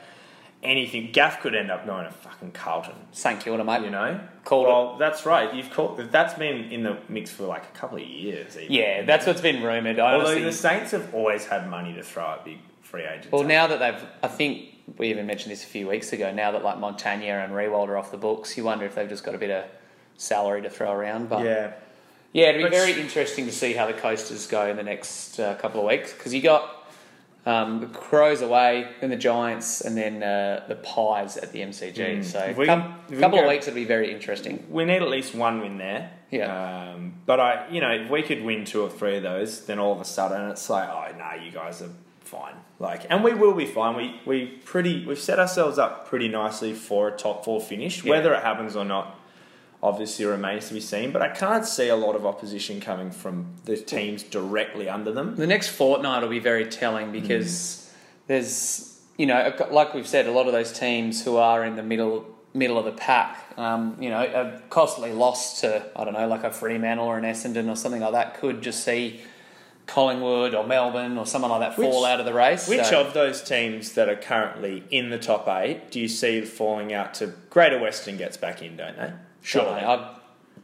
[SPEAKER 2] anything. Gaff could end up going to fucking Carlton.
[SPEAKER 1] St Kilda, mate.
[SPEAKER 2] You know,
[SPEAKER 1] Called
[SPEAKER 2] well, that's right. You've called. That's been in the mix for like a couple of years. Even.
[SPEAKER 1] Yeah, that's what's been rumored.
[SPEAKER 2] Although
[SPEAKER 1] Honestly,
[SPEAKER 2] the Saints have always had money to throw at big free agents.
[SPEAKER 1] Well, now that they've, I think we even mentioned this a few weeks ago. Now that like Montagna and Rewald are off the books, you wonder if they've just got a bit of salary to throw around. But yeah,
[SPEAKER 2] yeah.
[SPEAKER 1] it'd be
[SPEAKER 2] But-
[SPEAKER 1] very interesting to see how the Coasters go in the next uh, couple of weeks because you got um, the Crows away, then the Giants, and then uh, the Pies at the MCG. So a
[SPEAKER 2] Hmm. If we- if we
[SPEAKER 1] couple of
[SPEAKER 2] go-
[SPEAKER 1] weeks, it'll be very interesting.
[SPEAKER 2] we need at least one win there.
[SPEAKER 1] Yeah.
[SPEAKER 2] Um, but I, you know, if we could win two or three of those, then all of a sudden it's like, oh no, you guys are fine. Like, and we will be fine. We we pretty we've set ourselves up pretty nicely for a top four finish.
[SPEAKER 1] Yeah.
[SPEAKER 2] Whether it happens or not, obviously remains to be seen. But I can't see a lot of opposition coming from the teams directly under them.
[SPEAKER 1] The next fortnight will be very telling because there's, you know, I've got- like we've said, a lot of those teams who are in the middle middle of the pack, um, you know, a costly loss to I don't know, like a Fremantle or an Essendon or something like that could just see Collingwood or Melbourne or someone like that fall
[SPEAKER 2] Which-
[SPEAKER 1] out of the race.
[SPEAKER 2] Which
[SPEAKER 1] so-
[SPEAKER 2] of those teams that are currently in the top eight do you see falling out to Greater Western gets back in, don't they?
[SPEAKER 1] Don't know, I,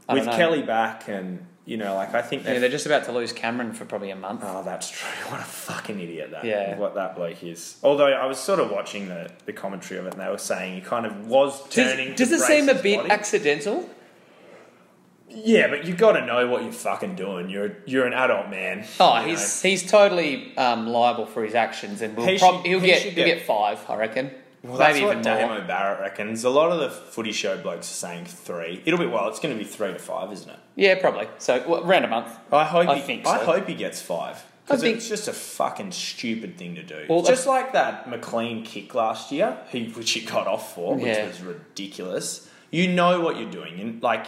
[SPEAKER 1] I
[SPEAKER 2] With
[SPEAKER 1] don't know.
[SPEAKER 2] Kelly back and you know, like I think
[SPEAKER 1] Yeah,
[SPEAKER 2] they
[SPEAKER 1] they're just about to lose Cameron for probably a month.
[SPEAKER 2] Oh, that's true. What a fucking idiot that.
[SPEAKER 1] Yeah.
[SPEAKER 2] What that bloke is. Although I was sort of watching the, the commentary of it, and they were saying he kind of was turning.
[SPEAKER 1] Does, does
[SPEAKER 2] to
[SPEAKER 1] it
[SPEAKER 2] brace
[SPEAKER 1] seem a
[SPEAKER 2] his
[SPEAKER 1] bit
[SPEAKER 2] body.
[SPEAKER 1] accidental?
[SPEAKER 2] yeah, but you got to know what you're fucking doing. You're you're an adult man.
[SPEAKER 1] Oh,
[SPEAKER 2] you know.
[SPEAKER 1] he's he's totally um, liable for his actions, and we'll
[SPEAKER 2] He
[SPEAKER 1] prob-
[SPEAKER 2] should-
[SPEAKER 1] he'll
[SPEAKER 2] he
[SPEAKER 1] get
[SPEAKER 2] should
[SPEAKER 1] he'll
[SPEAKER 2] get-
[SPEAKER 1] get five, I reckon.
[SPEAKER 2] Well, that's
[SPEAKER 1] Maybe
[SPEAKER 2] what
[SPEAKER 1] even more.
[SPEAKER 2] Damo Barrett reckons. A lot of the footy show blokes are saying three. It'll be well. It's going to be three to five, isn't it?
[SPEAKER 1] Yeah, probably. So w round a month.
[SPEAKER 2] I hope.
[SPEAKER 1] I
[SPEAKER 2] he,
[SPEAKER 1] think
[SPEAKER 2] I
[SPEAKER 1] so.
[SPEAKER 2] hope he gets five.
[SPEAKER 1] I
[SPEAKER 2] Because
[SPEAKER 1] think-
[SPEAKER 2] it's just a fucking stupid thing to do.
[SPEAKER 1] Well,
[SPEAKER 2] It's just like that McLean kick last year, he, which he got off for, which
[SPEAKER 1] Yeah.
[SPEAKER 2] was ridiculous. You know what you're doing, and like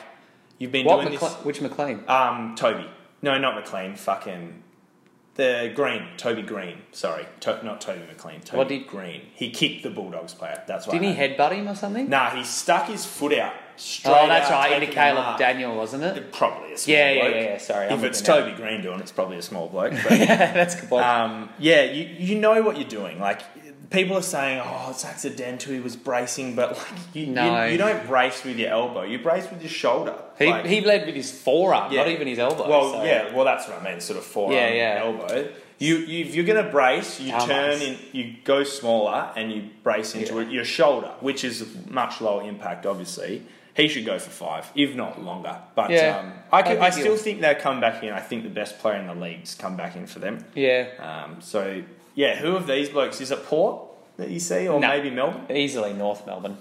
[SPEAKER 2] you've been
[SPEAKER 1] What
[SPEAKER 2] doing
[SPEAKER 1] McLe- which McLean?
[SPEAKER 2] this. Um, Toby, no, not McLean. Fucking the Green, Toby Green. Sorry, to- not Toby McLean. Toby
[SPEAKER 1] What did-
[SPEAKER 2] Green? He kicked the Bulldogs player. That's right.
[SPEAKER 1] Didn't he headbutt him or something?
[SPEAKER 2] Nah, he stuck his foot out straight.
[SPEAKER 1] oh, that's
[SPEAKER 2] out,
[SPEAKER 1] right, into
[SPEAKER 2] taking the
[SPEAKER 1] Caleb
[SPEAKER 2] mark.
[SPEAKER 1] Daniel, wasn't it?
[SPEAKER 2] Probably a small
[SPEAKER 1] Yeah, yeah,
[SPEAKER 2] bloke.
[SPEAKER 1] yeah, yeah, sorry, I'm
[SPEAKER 2] If it's
[SPEAKER 1] looking
[SPEAKER 2] Toby Green doing, it, it's probably a small bloke. But
[SPEAKER 1] that's good. point.
[SPEAKER 2] um, yeah, you, you know what you're doing. Like people are saying, oh, it's accidental. He was bracing, but like you,
[SPEAKER 1] No.
[SPEAKER 2] you, you don't brace with your elbow. You brace with your shoulder.
[SPEAKER 1] he,
[SPEAKER 2] Like,
[SPEAKER 1] he led with his forearm,
[SPEAKER 2] Yeah.
[SPEAKER 1] not even his elbow.
[SPEAKER 2] well,
[SPEAKER 1] so-
[SPEAKER 2] yeah, well that's what I mean. Sort of forearm,
[SPEAKER 1] Yeah, yeah.
[SPEAKER 2] elbow. You, you if you're gonna brace, you
[SPEAKER 1] Arm
[SPEAKER 2] turn
[SPEAKER 1] brace.
[SPEAKER 2] in, you go smaller, and you brace into
[SPEAKER 1] Yeah.
[SPEAKER 2] it, your shoulder, which is much lower impact, obviously. He should go for five, if not longer. But
[SPEAKER 1] Yeah.
[SPEAKER 2] um, I,
[SPEAKER 1] I
[SPEAKER 2] could,
[SPEAKER 1] think
[SPEAKER 2] I
[SPEAKER 1] he'll-
[SPEAKER 2] still think they'll come back in. I think the best player in the league's come back in for them.
[SPEAKER 1] Yeah,
[SPEAKER 2] Um, so yeah, who of these blokes is it Port that you see, or
[SPEAKER 1] No.
[SPEAKER 2] maybe Melbourne?
[SPEAKER 1] easily North Melbourne.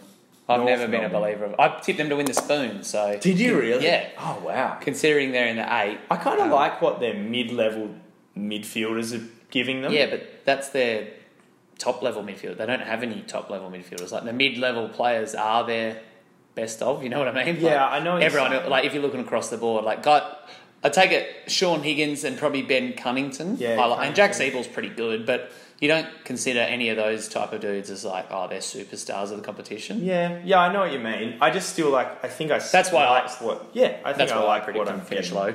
[SPEAKER 1] I've
[SPEAKER 2] North
[SPEAKER 1] never been a
[SPEAKER 2] Melbourne.
[SPEAKER 1] believer of. I tipped them to win the spoon, so
[SPEAKER 2] Did you really?
[SPEAKER 1] Yeah.
[SPEAKER 2] Oh wow.
[SPEAKER 1] considering they're in the eight.
[SPEAKER 2] I kind of like what their mid-level midfielders are giving them.
[SPEAKER 1] Yeah, but that's their top level midfield. They don't have any top level midfielders. Like the mid level players are their best of. You know what I mean? Like,
[SPEAKER 2] Yeah, I know what you're
[SPEAKER 1] Everyone,
[SPEAKER 2] saying.
[SPEAKER 1] like if you're looking across the board, like got. I take it Sean Higgins and probably Ben Cunnington.
[SPEAKER 2] Yeah,
[SPEAKER 1] I like- and Jack
[SPEAKER 2] Cunnington.
[SPEAKER 1] Siebel's pretty good, but you don't consider any of those type of dudes as like, oh, they're superstars of the competition.
[SPEAKER 2] Yeah, yeah, I know what you mean. I just still like. I think I.
[SPEAKER 1] That's why I-
[SPEAKER 2] like what. Yeah, I think
[SPEAKER 1] That's
[SPEAKER 2] I
[SPEAKER 1] why
[SPEAKER 2] like
[SPEAKER 1] I predict
[SPEAKER 2] what
[SPEAKER 1] them
[SPEAKER 2] I'm
[SPEAKER 1] to finish low.
[SPEAKER 2] getting.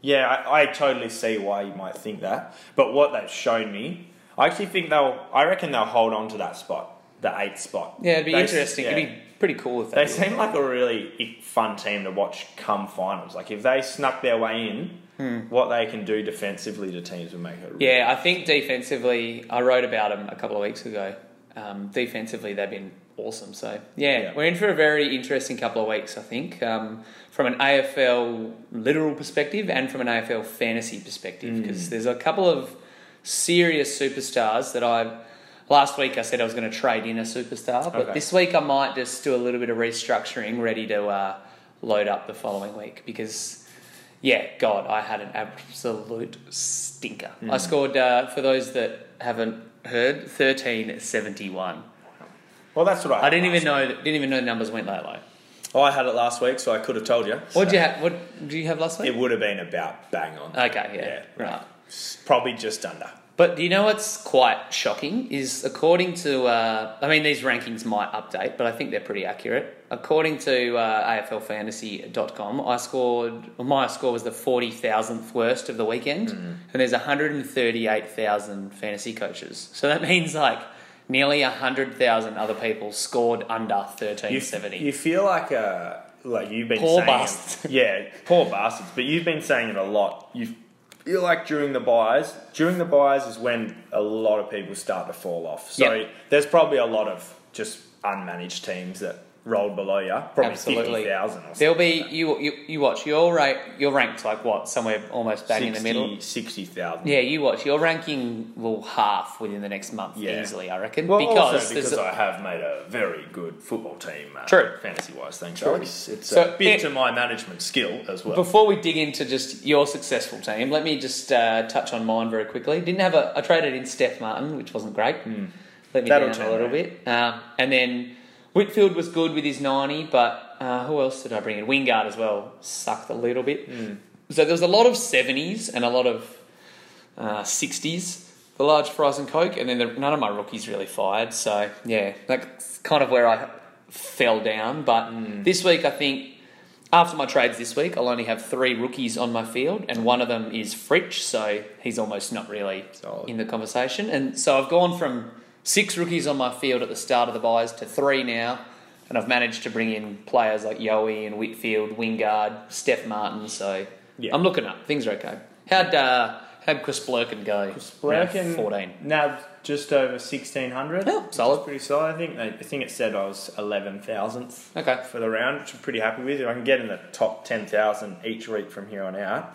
[SPEAKER 2] Yeah, I, I totally see why you might think that. But what they've shown me, I actually think they'll. I reckon they'll hold on to that spot, the eighth spot.
[SPEAKER 1] Yeah, it'd be
[SPEAKER 2] They-
[SPEAKER 1] interesting.
[SPEAKER 2] yeah.
[SPEAKER 1] It'd be pretty cool if
[SPEAKER 2] They
[SPEAKER 1] they.
[SPEAKER 2] seem like a really fun team to watch come finals. Like if they snuck their way in, what they can do defensively to teams would make it. really-
[SPEAKER 1] Hmm. Yeah, I think defensively, I wrote about them a couple of weeks ago. Um, defensively, they've been awesome. So, yeah,
[SPEAKER 2] Yeah.
[SPEAKER 1] we're in for a very interesting couple of weeks, I think, um, from an AFL literal perspective and from an AFL fantasy perspective, because there's a couple of serious superstars that I've. Last week I said I was going to trade in a superstar, but
[SPEAKER 2] Okay.
[SPEAKER 1] this week I might just do a little bit of restructuring, ready to uh, load up the following week because yeah, God, I had an absolute stinker. I scored, uh, for those that haven't heard, 1371.
[SPEAKER 2] Well, that's what I.
[SPEAKER 1] I didn't
[SPEAKER 2] had
[SPEAKER 1] even
[SPEAKER 2] last
[SPEAKER 1] know that, didn't even know the numbers went that low.
[SPEAKER 2] week. Oh, I had it last week, so I could have told you.
[SPEAKER 1] What
[SPEAKER 2] So
[SPEAKER 1] did you Uh, have? What did you have last
[SPEAKER 2] It
[SPEAKER 1] week?
[SPEAKER 2] would have been about bang on.
[SPEAKER 1] Okay, yeah,
[SPEAKER 2] Yeah,
[SPEAKER 1] right.
[SPEAKER 2] Probably just under.
[SPEAKER 1] But do you know what's quite shocking is according to, uh, I mean, these rankings might update, but I think they're pretty accurate. According to uh, AFLFantasy.com, I scored, my score was the 40,000th worst of the weekend,
[SPEAKER 2] Mm-hmm.
[SPEAKER 1] and there's 138,000 fantasy coaches. So that means like nearly 100,000 other people scored under
[SPEAKER 2] You,
[SPEAKER 1] 1370.
[SPEAKER 2] you feel like a like you've been
[SPEAKER 1] Poor
[SPEAKER 2] saying,
[SPEAKER 1] bastards.
[SPEAKER 2] Yeah, poor bastards. But you've been saying it a lot. You feel like during the buys, during the buys is when a lot of people start to fall off. So
[SPEAKER 1] Yep.
[SPEAKER 2] there's probably a lot of just unmanaged teams that rolled below you, probably
[SPEAKER 1] Absolutely.
[SPEAKER 2] fifty thousand or something.
[SPEAKER 1] There'll be you. You, you watch. You're right. You're ranked like what? Somewhere almost bang in the middle.
[SPEAKER 2] 60,000.
[SPEAKER 1] Yeah, you watch. You're ranking well half within the next month
[SPEAKER 2] Yeah.
[SPEAKER 1] easily, I reckon.
[SPEAKER 2] Well,
[SPEAKER 1] because
[SPEAKER 2] also
[SPEAKER 1] there's
[SPEAKER 2] because
[SPEAKER 1] a-
[SPEAKER 2] I have made a very good football team. Uh,
[SPEAKER 1] True.
[SPEAKER 2] Fantasy wise, thanks,
[SPEAKER 1] True.
[SPEAKER 2] Alex. It's
[SPEAKER 1] So
[SPEAKER 2] a
[SPEAKER 1] it-
[SPEAKER 2] bit to my management skill as well.
[SPEAKER 1] Before we dig into just your successful team, let me just uh, touch on mine very quickly. Didn't have a I traded in Steph Martin, which wasn't great. Let me
[SPEAKER 2] Hmm. That'll
[SPEAKER 1] down
[SPEAKER 2] turn
[SPEAKER 1] a little
[SPEAKER 2] around.
[SPEAKER 1] bit, um, and then Whitfield was good with his ninety, but uh, who else did I bring in? Wingard as well sucked a little bit.
[SPEAKER 2] Hmm.
[SPEAKER 1] So there was a lot of seventies and a lot of uh, sixties. the large fries and coke, and then the, none of my rookies really fired. So yeah, that's kind of where I fell down. But this week, I think after my trades this week, I'll only have three rookies on my field, and one of them is Fritsch, so he's almost not really
[SPEAKER 2] Solid.
[SPEAKER 1] in the conversation. And so I've gone from six rookies on my field at the start of the buys to three now, and I've managed to bring in players like Yowie and Whitfield, Wingard, Steph Martin. So
[SPEAKER 2] Yeah.
[SPEAKER 1] I'm looking up. Things are okay. How'd uh, how'd Chris Blurkin go? Round
[SPEAKER 2] Blurkin-
[SPEAKER 1] fourteen.
[SPEAKER 2] Now just over sixteen hundred.
[SPEAKER 1] Yeah, solid.
[SPEAKER 2] Pretty solid. I think. They, I think it said I was eleven thousandth
[SPEAKER 1] Okay.
[SPEAKER 2] for the round, which I'm pretty happy with. If I can get in the top ten thousand each week from here on out,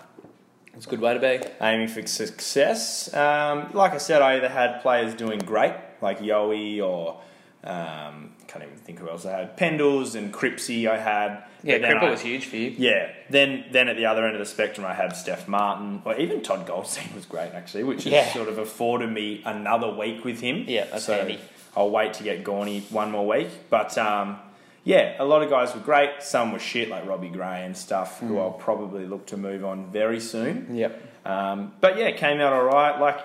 [SPEAKER 1] It's a good way to be.
[SPEAKER 2] aiming for success. Um, like I said, I either had players doing great, like Yowie, or um, can't even think who else I had. Pendles and Cripsy I had.
[SPEAKER 1] Yeah,
[SPEAKER 2] But then
[SPEAKER 1] Cripple
[SPEAKER 2] I-
[SPEAKER 1] was huge for you.
[SPEAKER 2] Yeah. Then then at the other end of the spectrum, I had Steph Martin, or even Todd Goldstein was great actually, which
[SPEAKER 1] Yeah.
[SPEAKER 2] has sort of afforded me another week with him.
[SPEAKER 1] Yeah, that's
[SPEAKER 2] so
[SPEAKER 1] handy.
[SPEAKER 2] I'll wait to get Gorney one more week, but. Um, yeah, a lot of guys were great. Some were shit, like Robbie Gray and stuff,
[SPEAKER 1] Hmm.
[SPEAKER 2] who I'll probably look to move on very soon.
[SPEAKER 1] Yep.
[SPEAKER 2] Um, but yeah, came out all right. Like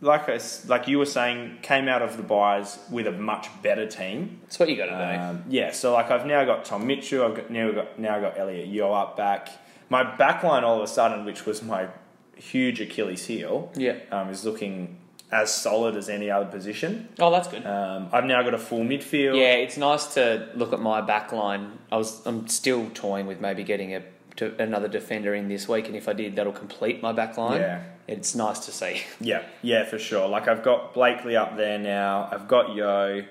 [SPEAKER 2] like I s like you were saying, came out of the buys with a much better team.
[SPEAKER 1] That's what you got to do.
[SPEAKER 2] Um, yeah, so like I've now got Tom Mitchell. I've got now got now got Elliot Yo up back. My back line all of a sudden, which was my huge Achilles heel,
[SPEAKER 1] Yeah.
[SPEAKER 2] um, is looking as solid as any other position.
[SPEAKER 1] oh, that's good.
[SPEAKER 2] Um, I've now got a full midfield.
[SPEAKER 1] Yeah, it's nice to look at my back line. I was I'm still toying with maybe getting a to another defender in this week, and if I did, that'll complete my back line.
[SPEAKER 2] Yeah.
[SPEAKER 1] It's nice to see.
[SPEAKER 2] Yeah, yeah, for sure. Like I've got Blakely up there now. I've got Yo.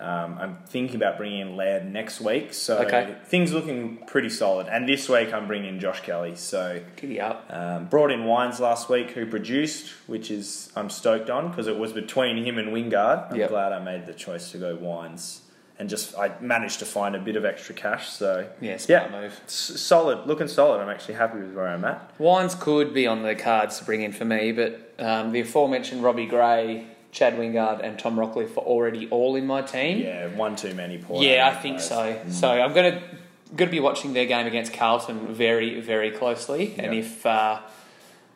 [SPEAKER 2] Um, I'm thinking about bringing in Laird next week. So
[SPEAKER 1] Okay.
[SPEAKER 2] things looking pretty solid. And this week I'm bringing in Josh Kelly. So
[SPEAKER 1] Giddy up.
[SPEAKER 2] um, brought in Wines last week, who produced, which is I'm stoked on because it was between him and Wingard. I'm
[SPEAKER 1] Yep.
[SPEAKER 2] glad I made the choice to go Wines. And just I managed to find a bit of extra cash, so
[SPEAKER 1] Yeah, smart
[SPEAKER 2] yeah,
[SPEAKER 1] move.
[SPEAKER 2] s- solid, looking solid. I'm actually happy with where I'm at.
[SPEAKER 1] Wines could be on the cards to bring in for me, but um, the aforementioned Robbie Gray, Chad Wingard, and Tom Rockcliffe are already all in my team.
[SPEAKER 2] Yeah, one too many points.
[SPEAKER 1] Yeah, I think so. So I'm gonna gonna be watching their game against Carlton very very closely, and
[SPEAKER 2] Yep.
[SPEAKER 1] if uh,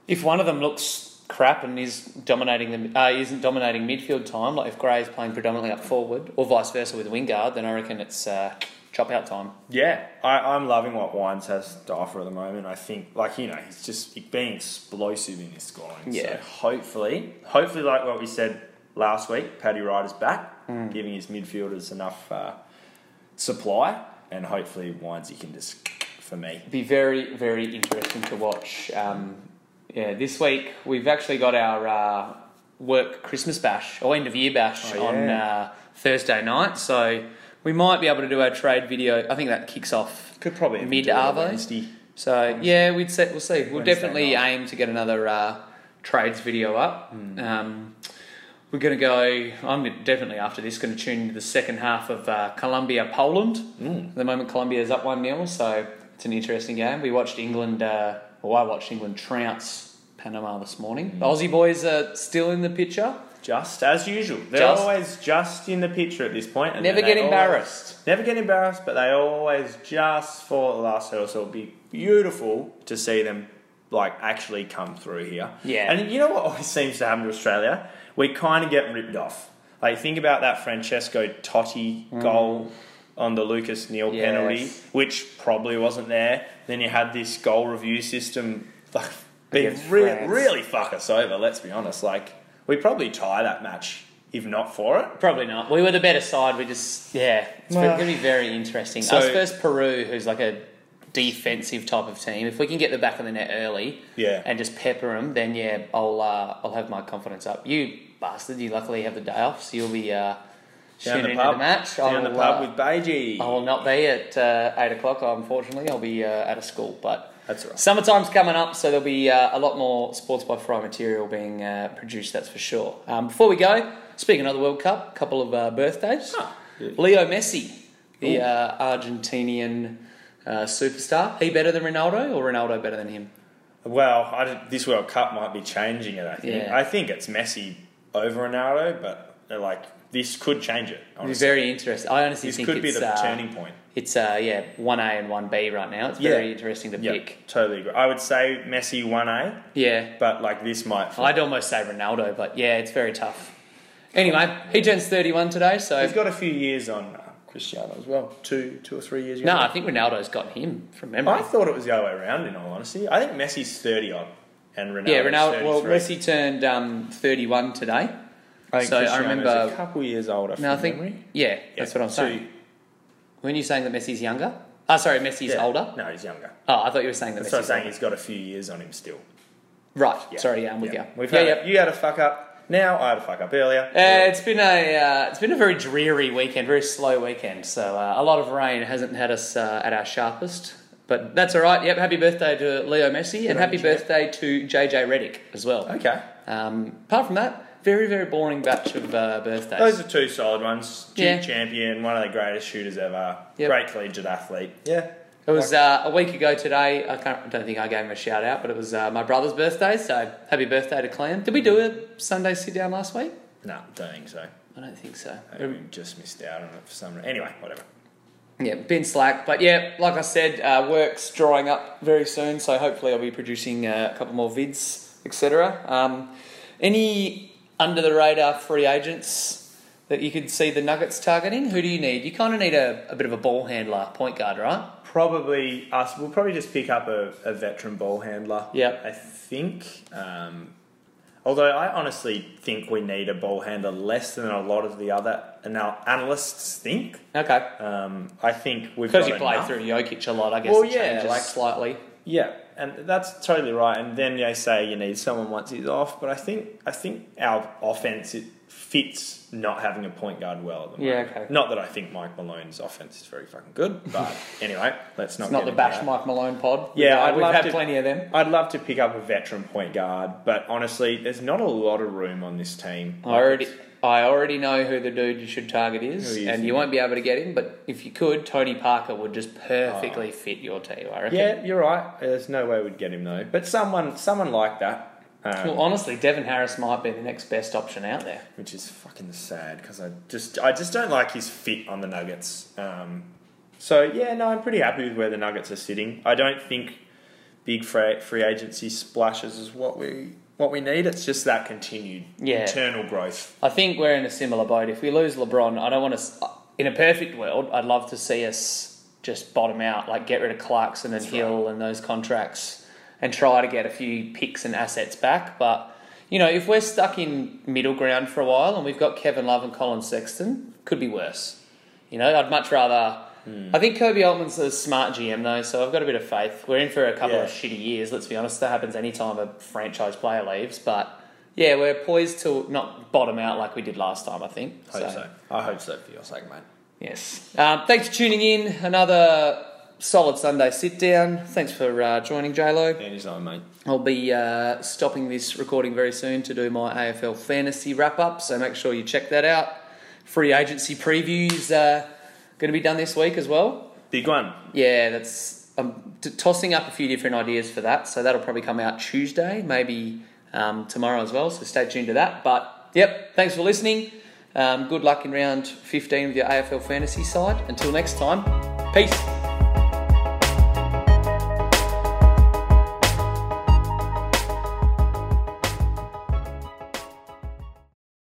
[SPEAKER 1] if one of them looks crap and is dominating the uh, isn't dominating midfield time, like if Gray is playing predominantly up forward or vice versa with Wingard, then I reckon it's uh, chop out time.
[SPEAKER 2] Yeah, I, I'm loving what Wines has to offer at the moment. I think, like you know, he's just being explosive in his scoring.
[SPEAKER 1] Yeah.
[SPEAKER 2] So hopefully, hopefully, like what we said last week, Paddy Ryder's back,
[SPEAKER 1] Mm.
[SPEAKER 2] giving his midfielders enough uh, supply, and hopefully, Wines he can just for me.
[SPEAKER 1] be very very interesting to watch. Um, yeah, this week we've actually got our uh, work Christmas bash or end of year bash
[SPEAKER 2] Oh, yeah.
[SPEAKER 1] on uh, Thursday night, so we might be able to do our trade video. I think that kicks off.
[SPEAKER 2] Could probably even
[SPEAKER 1] Mid
[SPEAKER 2] do it on
[SPEAKER 1] Arvo?
[SPEAKER 2] Wednesday.
[SPEAKER 1] So yeah, we'd set. We'll see. We'll
[SPEAKER 2] Wednesday
[SPEAKER 1] definitely
[SPEAKER 2] night. Hmm.
[SPEAKER 1] aim to get another uh, trades video up. Um, we're going to go. I'm definitely after this going to tune into the second half of uh, Colombia Poland.
[SPEAKER 2] Hmm.
[SPEAKER 1] At the moment, Colombia is up one 0 so it's an interesting game. We watched England. Uh, well, I watched England trounce Panama this morning.
[SPEAKER 2] Hmm.
[SPEAKER 1] The Aussie boys are still in the picture.
[SPEAKER 2] Just as usual, they're
[SPEAKER 1] Just-
[SPEAKER 2] always just in the picture at this point. and
[SPEAKER 1] Never
[SPEAKER 2] then they
[SPEAKER 1] get
[SPEAKER 2] always-
[SPEAKER 1] embarrassed.
[SPEAKER 2] Never get embarrassed, but they always just fall at the last hurdle. So it'll be beautiful to see them like actually come through here.
[SPEAKER 1] Yeah.
[SPEAKER 2] And you know what always seems to happen to Australia? We kind of get ripped off. Like think about that Francesco Totti goal on the Lucas Neal
[SPEAKER 1] Mm. Yes.
[SPEAKER 2] penalty, which probably wasn't there. Then you had this goal review system like be
[SPEAKER 1] Against
[SPEAKER 2] re-
[SPEAKER 1] France.
[SPEAKER 2] really fuck us over. Let's be honest. Like we probably tie that match if not for it.
[SPEAKER 1] Probably not. We were the better side. We just yeah. It's
[SPEAKER 2] Well-
[SPEAKER 1] going to be very interesting.
[SPEAKER 2] So-
[SPEAKER 1] Us versus Peru, who's like a defensive type of team. If we can get the back of the net early,
[SPEAKER 2] Yeah.
[SPEAKER 1] and just pepper them, then yeah, I'll uh, I'll have my confidence up. You bastard! You luckily have the day off, so you'll be uh,
[SPEAKER 2] Down
[SPEAKER 1] tune
[SPEAKER 2] the
[SPEAKER 1] in
[SPEAKER 2] pub.
[SPEAKER 1] to the match. I
[SPEAKER 2] Down the
[SPEAKER 1] will,
[SPEAKER 2] pub
[SPEAKER 1] uh,
[SPEAKER 2] with Beiji.
[SPEAKER 1] I will not be at uh, 8 o'clock, unfortunately. I'll be uh, out of school, but
[SPEAKER 2] That's all right.
[SPEAKER 1] summertime's coming up, so there'll be uh, a lot more Sports by Fry material being uh, produced, that's for sure. Um, before we go, speaking of the World Cup, a couple of uh, birthdays.
[SPEAKER 2] Ah, yeah.
[SPEAKER 1] Leo Messi, the
[SPEAKER 2] Ooh.
[SPEAKER 1] uh, Argentinian uh, superstar. He better than Ronaldo, or Ronaldo better than him?
[SPEAKER 2] Well, I don't- this World Cup might be changing it. I think.
[SPEAKER 1] Yeah.
[SPEAKER 2] I think it's Messi over Ronaldo, but uh, like this could change it.
[SPEAKER 1] It'd be
[SPEAKER 2] Honestly.
[SPEAKER 1] very interesting. I honestly
[SPEAKER 2] This
[SPEAKER 1] think
[SPEAKER 2] could be
[SPEAKER 1] it's,
[SPEAKER 2] the
[SPEAKER 1] uh,
[SPEAKER 2] turning point.
[SPEAKER 1] it's uh, yeah, 1A and 1B right now. It's
[SPEAKER 2] Yeah.
[SPEAKER 1] very interesting to
[SPEAKER 2] Yeah,
[SPEAKER 1] pick.
[SPEAKER 2] totally agree. I would say Messi one A,
[SPEAKER 1] Yeah.
[SPEAKER 2] but like this might. flip.
[SPEAKER 1] I'd almost say Ronaldo, but yeah, it's very tough. Anyway, he turns 31 today, so.
[SPEAKER 2] He's got a few years on uh, Cristiano as well. Two, two or three years.
[SPEAKER 1] No,
[SPEAKER 2] younger.
[SPEAKER 1] I think Ronaldo's got him from memory.
[SPEAKER 2] I thought it was the other way around. In all honesty, I think Messi's thirty odd, and Ronaldo's
[SPEAKER 1] yeah, Ronaldo. Well,
[SPEAKER 2] 33.
[SPEAKER 1] Messi turned um, 31 today.
[SPEAKER 2] I think
[SPEAKER 1] so I
[SPEAKER 2] Cristiano's
[SPEAKER 1] remember-
[SPEAKER 2] a couple years older.
[SPEAKER 1] No, I
[SPEAKER 2] from
[SPEAKER 1] think.
[SPEAKER 2] memory.
[SPEAKER 1] Yeah, that's what I'm saying. Weren't you saying that Messi's younger? Oh, sorry, Messi's
[SPEAKER 2] yeah.
[SPEAKER 1] older.
[SPEAKER 2] No, he's younger.
[SPEAKER 1] Oh, I thought you were saying that
[SPEAKER 2] That's what I'm
[SPEAKER 1] Messi's
[SPEAKER 2] saying.
[SPEAKER 1] younger.
[SPEAKER 2] He's got a few years on him still.
[SPEAKER 1] Right. Sorry, yeah, I'm with you.
[SPEAKER 2] We've
[SPEAKER 1] yeah,
[SPEAKER 2] had
[SPEAKER 1] yeah.
[SPEAKER 2] A, you had a fuck up. Now I had a fuck up earlier.
[SPEAKER 1] Uh, it's been a uh, it's been a very dreary weekend, very slow weekend. So uh, a lot of rain hasn't had us uh, at our sharpest, but that's all right. Yep, happy birthday to Leo Messi and
[SPEAKER 2] on
[SPEAKER 1] happy
[SPEAKER 2] you, Jay.
[SPEAKER 1] birthday to JJ Reddick as well.
[SPEAKER 2] okay.
[SPEAKER 1] Um, apart from that, very very boring batch of uh, birthdays.
[SPEAKER 2] Those are two solid ones. Duke
[SPEAKER 1] Yeah.
[SPEAKER 2] champion, one of the greatest shooters ever.
[SPEAKER 1] Yep.
[SPEAKER 2] Great collegiate athlete. Yeah.
[SPEAKER 1] It was uh, a week ago today. I can't, I don't think I gave him a shout out, but it was uh, my brother's birthday. So happy birthday to Clan. Did we do a Sunday sit down last week?
[SPEAKER 2] No, don't think so.
[SPEAKER 1] I don't think so.
[SPEAKER 2] I think we just missed out on it for some reason. Anyway, whatever.
[SPEAKER 1] Yeah, been slack, but yeah, like I said, uh, work's drawing up very soon, so hopefully I'll be producing uh, a couple more vids, etc. Um, any under the radar free agents that you could see the Nuggets targeting? Who do you need? You kind of need a, a bit of a ball handler, point guard, right?
[SPEAKER 2] Probably us. We'll probably just pick up a, a veteran ball handler.
[SPEAKER 1] Yep.
[SPEAKER 2] I think. Um, although I honestly think we need a ball handler less than a lot of the other anal- analysts think.
[SPEAKER 1] Okay,
[SPEAKER 2] Um, I think we've
[SPEAKER 1] because
[SPEAKER 2] got
[SPEAKER 1] you play
[SPEAKER 2] enough.
[SPEAKER 1] through Jokic a lot, I guess.
[SPEAKER 2] Well,
[SPEAKER 1] it
[SPEAKER 2] yeah,
[SPEAKER 1] changes
[SPEAKER 2] like-
[SPEAKER 1] slightly.
[SPEAKER 2] Yeah, and that's totally right. And then they say you need someone once he's off, but I think I think our offense it fits not having a point guard well. At the
[SPEAKER 1] Yeah,
[SPEAKER 2] moment.
[SPEAKER 1] okay.
[SPEAKER 2] Not that I think Mike Malone's offense is very fucking good, but anyway, let's not.
[SPEAKER 1] It's not
[SPEAKER 2] get
[SPEAKER 1] the
[SPEAKER 2] into
[SPEAKER 1] bash
[SPEAKER 2] that.
[SPEAKER 1] Mike Malone pod.
[SPEAKER 2] Yeah,
[SPEAKER 1] Uh,
[SPEAKER 2] I'd
[SPEAKER 1] we've
[SPEAKER 2] love
[SPEAKER 1] had
[SPEAKER 2] to-
[SPEAKER 1] plenty of them.
[SPEAKER 2] I'd love to pick up a veteran point guard, but honestly, there's not a lot of room on this team.
[SPEAKER 1] I already, I already know who the dude you should target is,
[SPEAKER 2] Who you
[SPEAKER 1] and
[SPEAKER 2] think?
[SPEAKER 1] you won't be able to get him. But if you could, Tony Parker would just perfectly fit your team. I reckon.
[SPEAKER 2] Oh. Yeah, you're right. There's no way we'd get him though. But someone, someone like that, um,
[SPEAKER 1] Well, honestly, Devin Harris might be the next best option out there.
[SPEAKER 2] which is fucking sad because I just I just don't like his fit on the Nuggets. Um, so yeah, no, I'm pretty happy with where the Nuggets are sitting. I don't think big free, free agency splashes is what we what we need. It's just that continued
[SPEAKER 1] Yeah.
[SPEAKER 2] internal growth.
[SPEAKER 1] I think we're in a similar boat. If we lose LeBron, I don't want to. In a perfect world, I'd love to see us just bottom out, like get rid of Clarkson and Hill and those contracts, and try to get a few picks and assets back. But you know, if we're stuck in middle ground for a while, and we've got Kevin Love and Colin Sexton, could be worse. You know, I'd much rather. I think Kobe Altman's a smart GM though, so I've got a bit of faith. We're in for a couple
[SPEAKER 2] Yeah.
[SPEAKER 1] of shitty years. Let's be honest. That happens any time a franchise player leaves, but yeah, we're poised to not bottom out like we did last time. I think.
[SPEAKER 2] Hope so. I hope so for your sake, mate.
[SPEAKER 1] Yes. Um, thanks for tuning in. Another solid Sunday sit down. Thanks for uh, joining JLo.
[SPEAKER 2] Anytime, mate.
[SPEAKER 1] I'll be uh, stopping this recording very soon to do my AFL fantasy wrap up, so make sure you check that out. Free agency previews uh, going to be done this week as well.
[SPEAKER 2] Big one.
[SPEAKER 1] Yeah, that's I'm t- tossing up a few different ideas for that. So that'll probably come out Tuesday, maybe um, tomorrow as well. So stay tuned to that. But yep, thanks for listening. Um, good luck in round 15 with your AFL fantasy side. Until next time, peace.